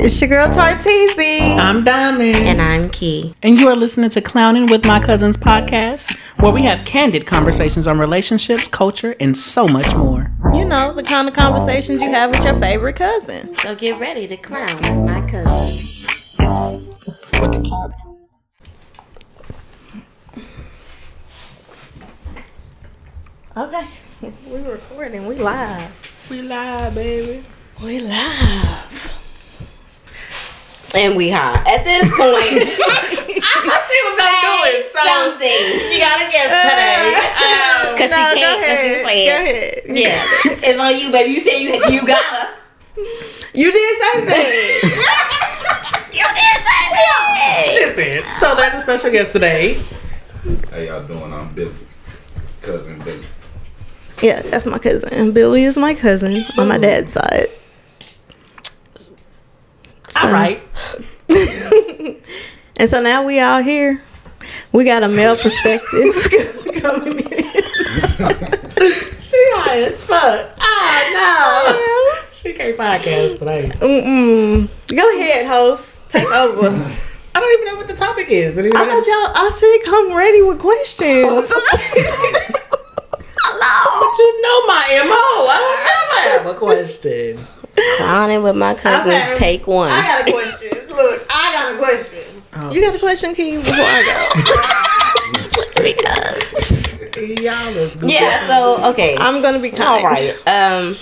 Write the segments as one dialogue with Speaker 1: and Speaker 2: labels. Speaker 1: It's your girl Tarteezy.
Speaker 2: I'm Diamond.
Speaker 3: And I'm Key.
Speaker 2: And you are listening to Clowning with My Cousins podcast, where we have candid conversations on relationships, culture, and so much more.
Speaker 1: You know, the kind of conversations you have with your favorite cousin.
Speaker 3: So get ready to clown with my cousins.
Speaker 1: Okay. We recording. We live.
Speaker 2: We live, baby.
Speaker 1: We live.
Speaker 3: And we hot. At this point,
Speaker 2: I,
Speaker 3: something.
Speaker 2: you got to
Speaker 3: Uh,
Speaker 2: guess today.
Speaker 3: Because she can't. Um, Cause she
Speaker 1: Go
Speaker 3: said,
Speaker 1: ahead.
Speaker 3: yeah, it's on you, baby. You said you you gotta.
Speaker 1: You did say that.
Speaker 3: You did
Speaker 2: Listen, so there's a special guest today.
Speaker 4: How y'all doing? I'm Billy, cousin Billy.
Speaker 1: yeah, that's my cousin. Billy is my cousin on my dad's side.
Speaker 2: All right.
Speaker 1: And so now we all here. We got a male perspective coming in.
Speaker 2: She high as fuck. Oh, no. She can't podcast today.
Speaker 1: Mm-mm. Go ahead, host. Take over.
Speaker 2: I don't even know what the topic is. Did
Speaker 1: I
Speaker 2: anybody-
Speaker 1: thought y'all. I said come ready with questions. Hello.
Speaker 2: But you know my MO. I would never have a question.
Speaker 3: Clowning with my cousins.
Speaker 1: Okay.
Speaker 3: Take one.
Speaker 1: I got a question. Look, I got a question. You got a question, Key? Before I go,
Speaker 2: Y'all is good.
Speaker 3: yeah. So okay.
Speaker 1: I'm gonna be kind.
Speaker 3: All right. Um.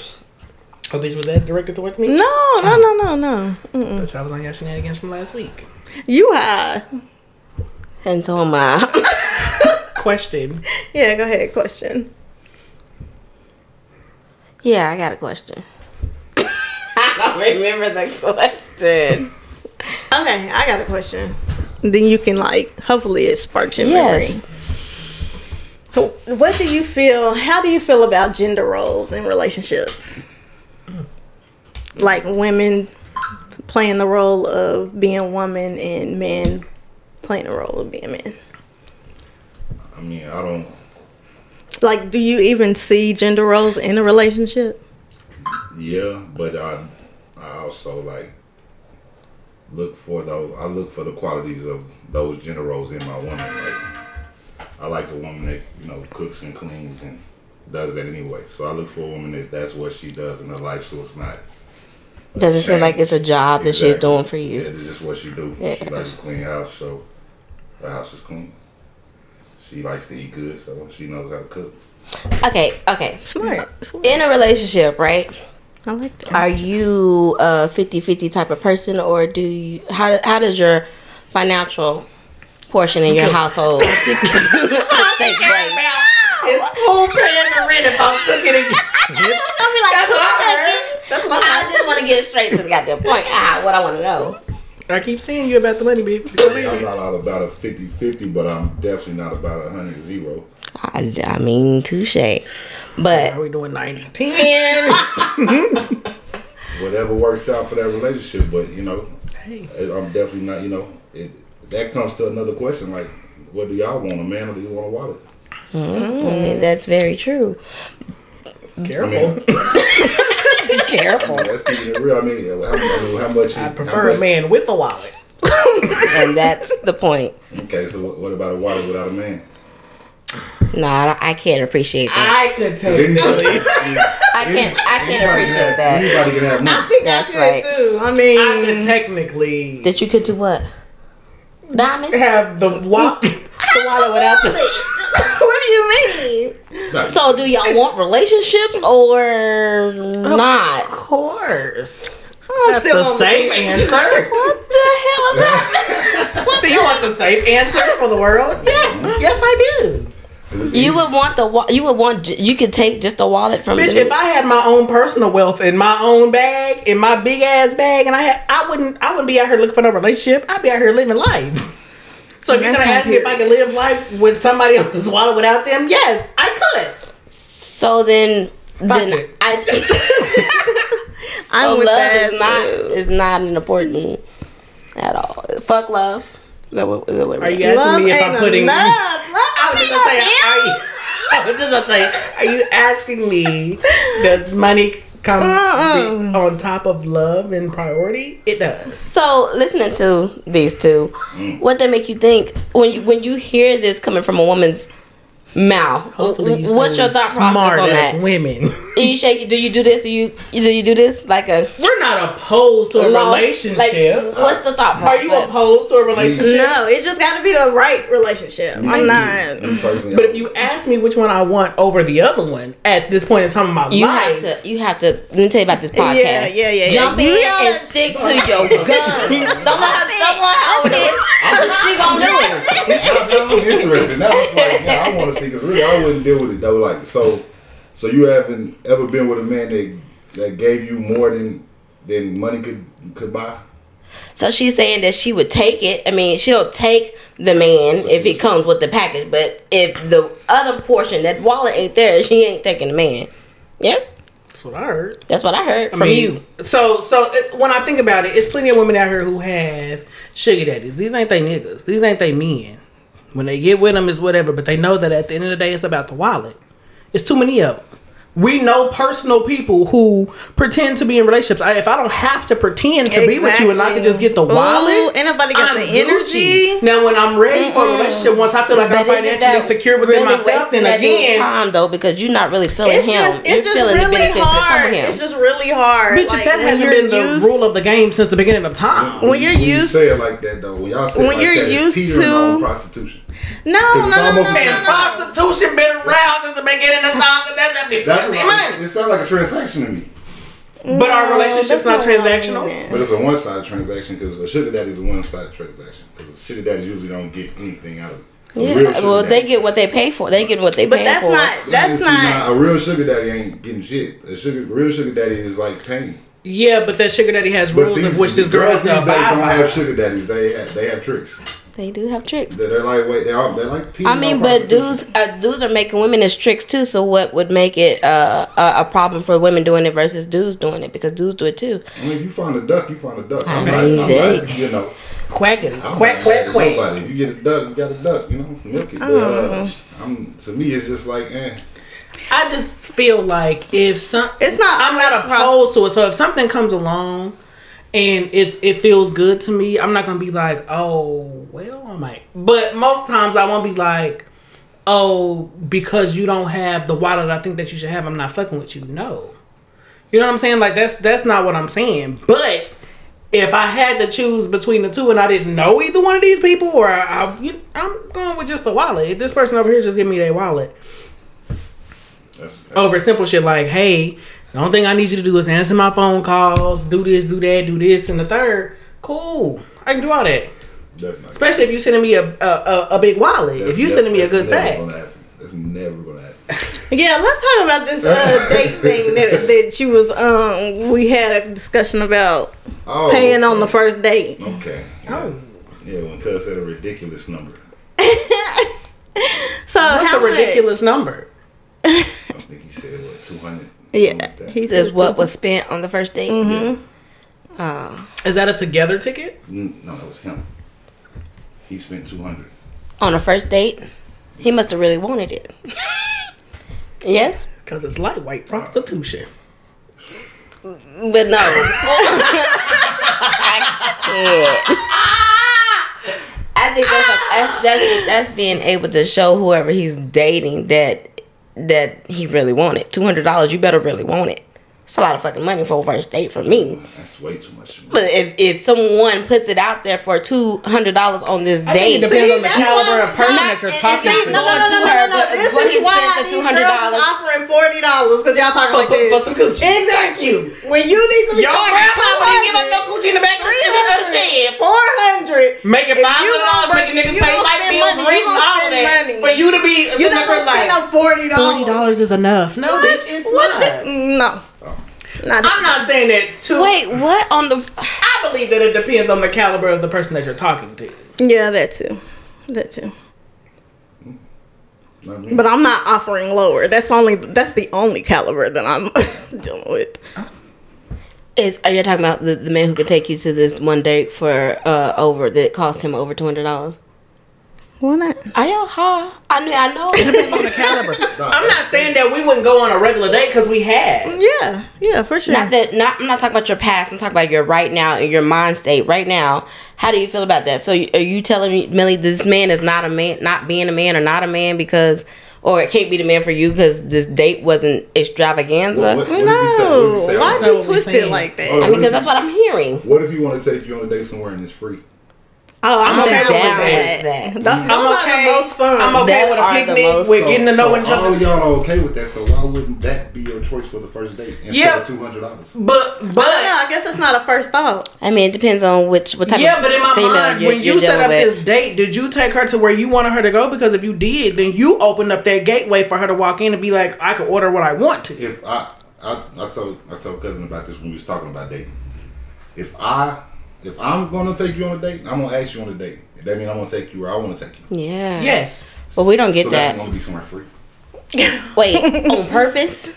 Speaker 2: Oh, bitch, was that directed towards me?
Speaker 1: No, no, no, no, no. Mm-mm.
Speaker 2: Bitch, I was on your shenanigans from last week.
Speaker 1: You high?
Speaker 3: And so am I.
Speaker 2: Question.
Speaker 1: Yeah, go ahead. Question.
Speaker 3: yeah, I got a question. I don't remember the question.
Speaker 1: Okay, I got a question. Then you can like. Hopefully, it sparks your memory.
Speaker 3: Yes.
Speaker 1: What do you feel? How do you feel about gender roles in relationships? Like women playing the role of being woman and men playing the role of being men.
Speaker 4: I mean, I don't.
Speaker 1: Like, do you even see gender roles in a relationship?
Speaker 4: Yeah, but I, I also like look for those. I look for the qualities of those gender roles in my woman. Like, I like a woman that you know cooks and cleans and does that anyway. So I look for a woman that that's what she does in her life. So it's not.
Speaker 3: Doesn't seem like it's a job that she's
Speaker 4: Exactly.
Speaker 3: doing for
Speaker 4: Yeah,
Speaker 3: you.
Speaker 4: it's just what she do. She
Speaker 3: Yeah.
Speaker 4: likes to clean house, so the house is clean. She likes to eat good, so she knows how to cook.
Speaker 3: Okay, okay.
Speaker 1: Smart. Smart.
Speaker 3: In a relationship, right?
Speaker 1: I like that.
Speaker 3: Are you a 50-50 type of person or do you how how does your financial portion in your household take place?
Speaker 1: That's what I
Speaker 3: I just want to get straight to the goddamn point. Ah, what I want to know.
Speaker 2: I keep seeing you about the money, bitch. Go
Speaker 4: I'm
Speaker 2: ahead.
Speaker 4: not all about a 50 50, but I'm definitely not about a 100 0.
Speaker 3: I, I mean, touche. But
Speaker 2: Are we doing 90 10?
Speaker 4: Whatever works out for that relationship, but you know,
Speaker 2: Hey.
Speaker 4: it- I'm definitely not, you know, it, that comes to another question like, what do y'all want, a man or do you want a wallet?
Speaker 3: I mean, that's very true.
Speaker 4: I mean,
Speaker 2: Careful. Careful.
Speaker 4: that's keeping it real. I mean, how, I mean, how much you
Speaker 2: I
Speaker 4: how
Speaker 2: prefer
Speaker 4: much,
Speaker 2: a man with a wallet.
Speaker 3: And that's the point.
Speaker 4: Okay, so what, what about a wallet without a man?
Speaker 3: No, I, don't- I can't appreciate that.
Speaker 2: I could tell you.
Speaker 4: Anybody,
Speaker 3: I can't I can't
Speaker 4: anybody can
Speaker 3: appreciate
Speaker 4: have-
Speaker 3: that.
Speaker 4: Anybody can have money.
Speaker 1: think
Speaker 3: That's
Speaker 1: I
Speaker 3: right.
Speaker 1: could too. I
Speaker 2: I could
Speaker 1: mean,
Speaker 2: technically
Speaker 3: That you could do what? Diamond?
Speaker 2: have the, wa- the wallet without the.
Speaker 1: what do you mean?
Speaker 3: So do y'all want relationships or not?
Speaker 2: Of course.
Speaker 1: I'm
Speaker 2: That's
Speaker 1: still on
Speaker 2: the
Speaker 1: the
Speaker 2: safe
Speaker 1: fence.
Speaker 2: answer.
Speaker 3: What the hell is happening?
Speaker 2: Do you want the safe answer for the world? Yes. Yes, I do.
Speaker 3: You would want the wa- you would want j- you could take just a wallet from
Speaker 2: Bitch,
Speaker 3: the-
Speaker 2: if I had my own personal wealth in my own bag, in my big ass bag, and I had, I wouldn't, I wouldn't be out here looking for no relationship. I'd be out here living life. So if you're
Speaker 1: That's
Speaker 2: gonna
Speaker 1: not
Speaker 2: ask me if I
Speaker 1: good.
Speaker 2: could live life with somebody else's wallet without them, yes, I could.
Speaker 3: so then then
Speaker 2: it.
Speaker 3: I
Speaker 1: I'm
Speaker 3: so
Speaker 1: with
Speaker 3: love
Speaker 1: that.
Speaker 3: is not is not an important at all. Fuck love. Is that what, is that what
Speaker 2: Are you
Speaker 3: we're-
Speaker 2: asking
Speaker 1: Love
Speaker 2: me if
Speaker 1: ain't
Speaker 2: I'm putting?
Speaker 1: enough.
Speaker 2: I
Speaker 1: Love
Speaker 2: was
Speaker 1: ain't
Speaker 2: just gonna say,
Speaker 1: enough.
Speaker 2: are you, I was just gonna say, are you asking me? Does money comes
Speaker 1: Mm-mm.
Speaker 2: be- on top of love and priority, it does.
Speaker 3: So listening to these two, what they make you think when you when you hear this coming from a woman's mouth?
Speaker 2: Hopefully, you
Speaker 3: what's your thought process on that?
Speaker 2: Women,
Speaker 3: Do you shake? Do you do this? Do you do you do this like a
Speaker 2: we're not opposed to a
Speaker 3: lost-
Speaker 2: relationship.
Speaker 3: Like, what's the thought
Speaker 2: Are
Speaker 3: process?
Speaker 2: you opposed to a relationship?
Speaker 1: No, it's just got to be the right relationship. I'm not.
Speaker 4: Me personally,
Speaker 2: But if you ask me which one I want over the other one at this point in time in my
Speaker 3: You
Speaker 2: life,
Speaker 3: have to. You have to. Let me tell you about this podcast.
Speaker 1: Yeah, yeah, yeah.
Speaker 3: Jump
Speaker 1: yeah.
Speaker 3: in
Speaker 1: You
Speaker 3: and
Speaker 1: gotta-
Speaker 3: stick to your gun. Don't let her. Don't let her over there. Cause she gonna do it.
Speaker 4: that was interesting. That was like, yeah, I want to see because really I wouldn't deal with it though. Like, so, so you haven't ever been with a man that that gave you more than than money could could buy?
Speaker 3: So she's saying that she would take it. I mean, she'll take the man if he comes with the package, but if the other portion, that wallet ain't there, she ain't taking the man. Yes,
Speaker 2: that's what I heard.
Speaker 3: that's what I heard
Speaker 2: I
Speaker 3: from
Speaker 2: mean,
Speaker 3: you.
Speaker 2: So, so it, when I think about it, it's plenty of women out here who have sugar daddies. These ain't they niggas. These ain't they men. When they get with them, it's whatever. But they know that at the end of the day, it's about the wallet. It's too many of them. We know personal people who pretend to be in relationships. I, if I don't have to pretend to be with you and I can
Speaker 1: Exactly.
Speaker 2: just get the
Speaker 1: Ooh,
Speaker 2: wallet,
Speaker 1: ain't nobody got the energy.
Speaker 2: Gucci. Now, when I'm ready for a relationship, once I feel like I'm
Speaker 3: But isn't
Speaker 2: financially
Speaker 3: that
Speaker 2: secure within
Speaker 3: really
Speaker 2: myself,
Speaker 3: wasting
Speaker 2: then
Speaker 3: that dude's
Speaker 2: again,
Speaker 3: time though, because you're not really feeling
Speaker 1: It's
Speaker 3: him.
Speaker 1: just,
Speaker 3: you're
Speaker 1: it's just
Speaker 3: feeling the
Speaker 1: really
Speaker 3: benefits that come
Speaker 1: hard.
Speaker 3: with him.
Speaker 1: It's just really hard.
Speaker 2: bitch, if that
Speaker 1: when
Speaker 2: hasn't
Speaker 1: you're
Speaker 2: been the
Speaker 1: used-
Speaker 2: rule of the game since the beginning of time.
Speaker 1: When you're
Speaker 4: you
Speaker 1: used-
Speaker 4: say it like that though, when y'all say it
Speaker 1: When
Speaker 4: like
Speaker 1: you're
Speaker 4: that, it's
Speaker 1: used
Speaker 4: teetering on
Speaker 1: to-
Speaker 4: prostitution.
Speaker 1: No, no,
Speaker 4: it's
Speaker 1: no, no,
Speaker 4: almost-
Speaker 1: no,
Speaker 4: Man,
Speaker 2: And
Speaker 1: no, no.
Speaker 2: prostitution been around since the beginning of time. 'cause That's how people
Speaker 4: That's
Speaker 2: make
Speaker 4: what I,
Speaker 2: money.
Speaker 4: it sounds like a transaction to me,
Speaker 2: But our relationship's
Speaker 1: That's
Speaker 2: not
Speaker 1: what I
Speaker 2: transactional.
Speaker 1: mean.
Speaker 4: but it's a one sided transaction because a sugar daddy is a one sided transaction because sugar daddies usually don't get anything out of it. A real
Speaker 3: yeah,
Speaker 4: sugar
Speaker 3: well, they
Speaker 4: daddy-
Speaker 3: get what they pay for. They get what they
Speaker 1: But
Speaker 3: pay
Speaker 1: that's
Speaker 3: for.
Speaker 1: not.
Speaker 4: Yeah,
Speaker 1: That's
Speaker 4: see,
Speaker 1: not.
Speaker 4: nah, a real sugar daddy ain't getting shit. A sugar real sugar daddy is like pain.
Speaker 2: Yeah, but that sugar daddy has
Speaker 4: But
Speaker 2: rules
Speaker 4: these-
Speaker 2: of which this
Speaker 4: these
Speaker 2: girl
Speaker 4: girls
Speaker 2: is
Speaker 4: these
Speaker 2: to
Speaker 4: days
Speaker 2: abide
Speaker 4: don't
Speaker 2: by.
Speaker 4: have sugar daddies. They have, they have tricks.
Speaker 3: They do have tricks.
Speaker 4: They're, they're like wait, they're, all, they're like. teetering
Speaker 3: I
Speaker 4: on
Speaker 3: mean, but
Speaker 4: prostitution.
Speaker 3: dudes, uh, dudes are making women as tricks too. So what would make it uh, a, a problem for women doing it versus dudes doing it? Because dudes do it too.
Speaker 4: I mean, if you find a duck, you find a duck. I'm
Speaker 3: I
Speaker 4: not,
Speaker 3: mean,
Speaker 4: I'm
Speaker 3: dick.
Speaker 4: not, you know,
Speaker 2: Quack it.
Speaker 4: I'm
Speaker 2: Quack,
Speaker 4: not
Speaker 2: quack,
Speaker 4: mad at
Speaker 2: quack.
Speaker 4: Nobody. If you get a duck, you got a duck. You know, milk it. But,
Speaker 3: Oh.
Speaker 4: uh, I'm to me, it's just like, eh.
Speaker 2: I just feel like if some,
Speaker 1: It's not
Speaker 2: I'm not
Speaker 1: always
Speaker 2: opposed to it. So if something comes along and it's it feels good to me, I'm not gonna be like, oh well, I might. But most times I won't be like, oh because you don't have the wallet I think that you should have, I'm not fucking with you. No, you know what I'm saying? Like that's that's not what I'm saying. But if I had to choose between the two and I didn't know either one of these people, or I, I you, I'm going with just the wallet. If this person over here just give me their wallet
Speaker 4: That's,
Speaker 2: over simple shit like, hey, the only thing I need you to do is answer my phone calls, do this, do that, do this, and the third. Cool, I can do all that.
Speaker 4: that's not.
Speaker 2: Especially if you sending me a a, a, a big wallet.
Speaker 4: That's
Speaker 2: if you
Speaker 4: ne-
Speaker 2: sending me a
Speaker 4: that's
Speaker 2: good
Speaker 4: never
Speaker 2: stack,
Speaker 4: gonna happen. That's never gonna happen.
Speaker 1: Yeah, let's talk about this uh, date thing that, that you was um we had a discussion about
Speaker 4: Oh,
Speaker 1: paying on the first date.
Speaker 4: Okay. Yeah.
Speaker 2: Oh.
Speaker 4: Yeah, when Cuz said a ridiculous number.
Speaker 1: So
Speaker 2: that's
Speaker 1: how
Speaker 2: a ridiculous number.
Speaker 4: I think he said what two hundred.
Speaker 1: Much, yeah,
Speaker 4: He
Speaker 1: he
Speaker 3: This is
Speaker 1: says
Speaker 3: what was spent on the first date.
Speaker 1: Mm.
Speaker 2: Is that a together ticket?
Speaker 4: Mm, No, that was him. He spent two hundred.
Speaker 3: On the first date, he must have really wanted it. yes,
Speaker 2: Because it's lightweight prostitution.
Speaker 3: but no. I think that's, a, that's that's that's being able to show whoever he's dating that that he really wanted two hundred dollars. You better really want it. It's a lot of fucking money for a first date for me.
Speaker 4: That's way too much.
Speaker 3: But if if someone puts it out there for two hundred dollars on this
Speaker 2: I think it
Speaker 3: date,
Speaker 2: depends on the
Speaker 1: See, that's
Speaker 2: caliber
Speaker 1: what
Speaker 2: of person
Speaker 1: I'm
Speaker 2: that you're
Speaker 3: saying.
Speaker 2: talking
Speaker 1: See,
Speaker 3: It's
Speaker 2: to.
Speaker 1: no, no, no, no, no, no. This
Speaker 3: What he
Speaker 1: is why
Speaker 3: spent the
Speaker 1: these girls
Speaker 3: $200
Speaker 1: is offering forty dollars because y'all talking like
Speaker 2: For-
Speaker 1: this.
Speaker 2: for some Gucci.
Speaker 1: Exactly. When you need to be
Speaker 2: Y'all grandpa didn't give up no
Speaker 1: charged
Speaker 2: coochie in the back of the of the shed.
Speaker 1: four hundred,
Speaker 2: Make it
Speaker 1: If you
Speaker 2: five hundred
Speaker 1: gonna
Speaker 2: dollars,
Speaker 1: bring-
Speaker 2: making
Speaker 1: if
Speaker 2: niggas
Speaker 1: you
Speaker 2: pay
Speaker 1: gonna
Speaker 2: light
Speaker 1: spend
Speaker 2: bills,
Speaker 1: money, you
Speaker 2: rent,
Speaker 1: gonna
Speaker 2: all of
Speaker 1: spend
Speaker 2: that.
Speaker 1: money.
Speaker 2: For you to be
Speaker 1: you're not gonna spend no forty
Speaker 2: Forty
Speaker 1: dollars.
Speaker 2: dollars is enough. No, bitch, it's not.
Speaker 1: No, not.
Speaker 2: I'm not saying that too.
Speaker 3: wait, what on the?
Speaker 2: I believe that it depends on the caliber of the person that you're talking to.
Speaker 1: Yeah, that too. That too.
Speaker 4: Not me.
Speaker 1: But I'm not offering lower. That's only that's the only caliber that I'm dealing with.
Speaker 3: Is are you talking about the, the man who could take you to this one date for uh over that cost him over two hundred dollars?
Speaker 1: Why not?
Speaker 3: Are y'all high? I mean, I know.
Speaker 2: on the caliber.
Speaker 3: Oh,
Speaker 2: I'm not saying that we wouldn't go on a regular date because we had.
Speaker 1: Yeah, yeah, for sure.
Speaker 3: not that. Not. I'm not talking about your past. I'm talking about your right now and your mind state right now. How do you feel about that? So you- are you telling me, Millie, this man is not a man, not being a man or not a man because, or it can't be the man for you because this date wasn't extravaganza?
Speaker 4: Well, what- what did he say? What did he
Speaker 1: no,
Speaker 4: say?
Speaker 1: why'd
Speaker 2: That's not
Speaker 1: you
Speaker 2: what we
Speaker 1: twist it
Speaker 2: saying.
Speaker 1: like that?
Speaker 4: Oh,
Speaker 3: I mean, because that's what I'm hearing.
Speaker 4: What if you want to take you on a date somewhere and it's free?
Speaker 1: Oh, I'm,
Speaker 2: I'm
Speaker 1: down,
Speaker 2: okay
Speaker 1: with that.
Speaker 3: with that.
Speaker 1: Those, those
Speaker 2: okay.
Speaker 1: are the most fun.
Speaker 2: I'm okay
Speaker 3: That
Speaker 2: with a
Speaker 3: are the
Speaker 2: picnic.
Speaker 3: most- oh,
Speaker 2: We're getting to know each
Speaker 4: all
Speaker 2: other.
Speaker 4: of y'all are okay with that, so why wouldn't that be your choice for the first date instead
Speaker 2: Yeah.
Speaker 4: of two hundred dollars?
Speaker 2: But
Speaker 1: I don't know.
Speaker 2: but
Speaker 1: I guess that's not a first thought.
Speaker 3: I mean, it depends on which what type
Speaker 2: yeah,
Speaker 3: of
Speaker 2: but in my
Speaker 3: female
Speaker 2: mind,
Speaker 3: you're,
Speaker 2: when
Speaker 3: you're
Speaker 2: you set
Speaker 3: dealing
Speaker 2: up
Speaker 3: with.
Speaker 2: this date, did you take her to where you wanted her to go? Because if you did, then you opened up that gateway for her to walk in and be like, I can order what I want to.
Speaker 4: If I, I, I told I told cousin about this when we was talking about dating. If I, if I'm gonna take you on a date, I'm gonna ask you on a date. That means I'm gonna take you where I want to take you.
Speaker 3: yeah.
Speaker 2: Yes.
Speaker 3: But we don't get
Speaker 4: so
Speaker 3: that.
Speaker 4: That's gonna be somewhere free.
Speaker 3: Wait, on purpose?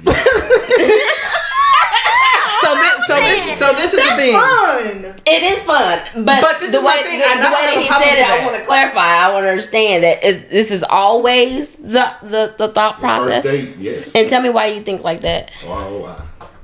Speaker 2: So this, so this, so this is the thing.
Speaker 1: Fun.
Speaker 3: It is fun, but,
Speaker 2: But this
Speaker 3: the
Speaker 2: is my
Speaker 3: way
Speaker 2: thing,
Speaker 3: the,
Speaker 2: and I
Speaker 3: the
Speaker 2: don't have a
Speaker 3: way he
Speaker 2: problem
Speaker 3: said
Speaker 2: with
Speaker 3: it, I
Speaker 2: that.
Speaker 3: want to clarify. I want to understand that it, this is always the the, the thought
Speaker 4: First
Speaker 3: process.
Speaker 4: date, yes.
Speaker 3: And tell me why you think like that.
Speaker 4: ROI.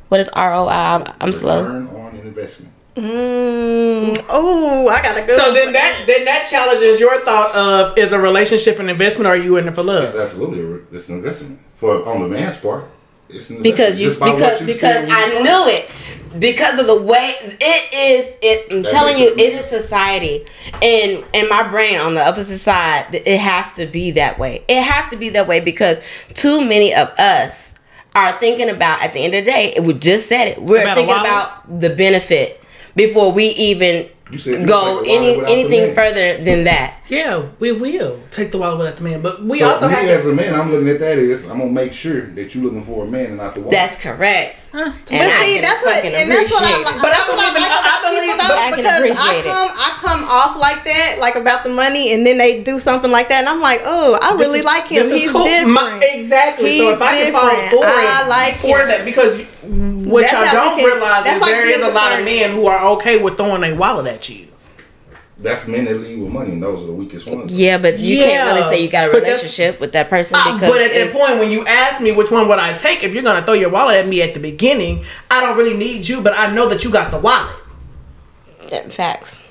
Speaker 3: What is ROI? I'm, I'm slow.
Speaker 4: Return on an investment.
Speaker 1: Mm, oh, I got a good.
Speaker 2: So
Speaker 1: one.
Speaker 2: then that then that challenges your thought of is a relationship an investment or are you in it for
Speaker 4: It's
Speaker 2: love?
Speaker 4: absolutely a re- it's an investment for on the man's part. It's an
Speaker 3: Because
Speaker 4: investment.
Speaker 3: you
Speaker 4: Just by what
Speaker 3: because
Speaker 4: you
Speaker 3: because
Speaker 4: said when
Speaker 3: I
Speaker 4: you
Speaker 3: knew it. Because of the way it is, it, I'm
Speaker 4: That
Speaker 3: telling
Speaker 4: makes
Speaker 3: you,
Speaker 4: it-
Speaker 3: it is society, and and my brain on the opposite side, th- it has to be that way. It has to be that way because too many of us are thinking about. At the end of the day, it we just said it. We're
Speaker 2: About a
Speaker 3: thinking
Speaker 2: wallet?
Speaker 3: about the benefit before we even
Speaker 4: You said you
Speaker 3: go
Speaker 4: would take a wallet
Speaker 3: any
Speaker 4: without the
Speaker 3: anything
Speaker 4: man.
Speaker 3: further than that.
Speaker 2: Yeah, we will take the wallet without the man. But we
Speaker 4: so
Speaker 2: also
Speaker 4: me
Speaker 2: have
Speaker 4: as
Speaker 2: to,
Speaker 4: a man, I'm looking at that is I'm gonna make sure that you're looking for a man and not the woman.
Speaker 3: That's correct.
Speaker 1: But
Speaker 3: And I
Speaker 1: see,
Speaker 3: can
Speaker 1: that's what,
Speaker 3: fucking
Speaker 1: and that's what I
Speaker 3: appreciate
Speaker 1: like.
Speaker 3: it.
Speaker 2: But
Speaker 1: that's
Speaker 2: I
Speaker 1: what I
Speaker 2: believe in-
Speaker 1: like
Speaker 2: I- I
Speaker 1: about
Speaker 2: believe-
Speaker 1: people
Speaker 2: but
Speaker 1: though,
Speaker 3: I can
Speaker 1: because I
Speaker 3: appreciate it.
Speaker 1: come, I come off like that, like about the money, and then they do something like that, and I'm like, oh, I really
Speaker 2: is-
Speaker 1: like him.
Speaker 2: this is
Speaker 1: He's
Speaker 2: cool.
Speaker 1: different.
Speaker 2: My- exactly. so
Speaker 1: He's
Speaker 2: if I can follow
Speaker 1: different.
Speaker 2: through
Speaker 1: I like
Speaker 2: for
Speaker 1: him.
Speaker 2: that because you- what
Speaker 1: That's
Speaker 2: y'all
Speaker 1: how
Speaker 2: don't
Speaker 1: we can-
Speaker 2: realize
Speaker 1: that's
Speaker 2: is
Speaker 1: like
Speaker 2: there
Speaker 1: being
Speaker 2: is a lot of
Speaker 1: discerning.
Speaker 2: men who are okay with throwing a wallet at you.
Speaker 4: that's men that lead with money, and those are the weakest ones.
Speaker 3: Yeah, but you can't
Speaker 2: Yeah,
Speaker 3: really say you got a
Speaker 2: but that's-
Speaker 3: relationship with that person
Speaker 2: Uh,
Speaker 3: because
Speaker 2: but at that
Speaker 3: it's-
Speaker 2: point, when you ask me which one would I take, if you're gonna throw your wallet at me at the beginning, I don't really need you, but I know that you got the wallet.
Speaker 3: Yeah, facts.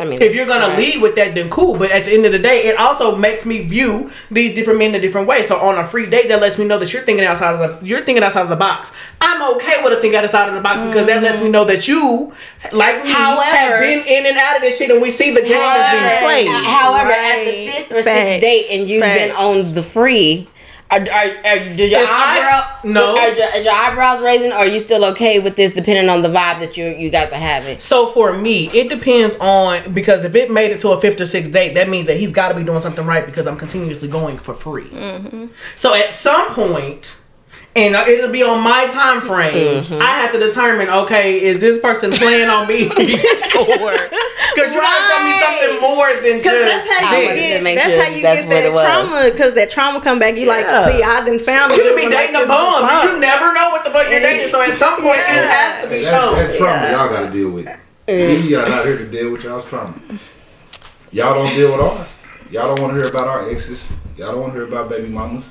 Speaker 3: I mean,
Speaker 2: If you're gonna
Speaker 3: right.
Speaker 2: lead with that, then cool. But at the end of the day, it also makes me view these different men a different way. So on a free date, that lets me know that you're thinking outside of the you're thinking outside of the box. I'm okay with a think outside of the box because that lets me know that you, like me, have
Speaker 3: Mm. However-
Speaker 2: been in and out of this shit, and we see the game that's
Speaker 1: Right.
Speaker 2: being
Speaker 3: Uh,
Speaker 2: played.
Speaker 3: However, at the
Speaker 1: Right.
Speaker 3: fifth or
Speaker 1: Facts.
Speaker 3: sixth date, and you've been
Speaker 1: Facts.
Speaker 3: on the free. Are, are, are, did your
Speaker 2: If I-
Speaker 3: eyebrow
Speaker 2: no.
Speaker 3: Are your, is your eyebrows raising? Or are you still okay with this, depending on the vibe that you you guys are having?
Speaker 2: So for me, it depends on because if it made it to a fifth or sixth date, that means that he's got to be doing something right because I'm continuously going for free.
Speaker 1: Mm-hmm.
Speaker 2: So at some point, and it'll be on my time frame.
Speaker 1: Mm-hmm.
Speaker 2: I have to determine: okay, is this person playing on me, or because you
Speaker 1: Right.
Speaker 2: gotta tell me something more than
Speaker 1: Cause
Speaker 2: just
Speaker 1: that's how
Speaker 3: I
Speaker 1: you
Speaker 3: wanted to
Speaker 1: get.
Speaker 3: make
Speaker 1: That's
Speaker 3: sure
Speaker 1: how you
Speaker 3: that's
Speaker 1: get
Speaker 3: what it was.
Speaker 1: that trauma. Cause that trauma come back. You like,
Speaker 2: Yeah.
Speaker 1: see, I done found. a
Speaker 2: You
Speaker 1: good
Speaker 2: could be
Speaker 1: one like
Speaker 2: dating a
Speaker 1: this on
Speaker 2: bum.
Speaker 1: the
Speaker 2: You never know what the fuck you're dating. So at some point, it has to
Speaker 4: Hey,
Speaker 2: be
Speaker 4: that,
Speaker 2: shown.
Speaker 4: that trauma y'all gotta deal with. We are not here to deal with y'all's trauma. Y'all don't deal with ours. Y'all don't want to hear about our exes. Y'all don't want to hear about baby mamas.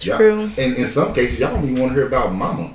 Speaker 4: Y'all-
Speaker 1: True.
Speaker 4: And in some cases, y'all don't even want to hear about mama.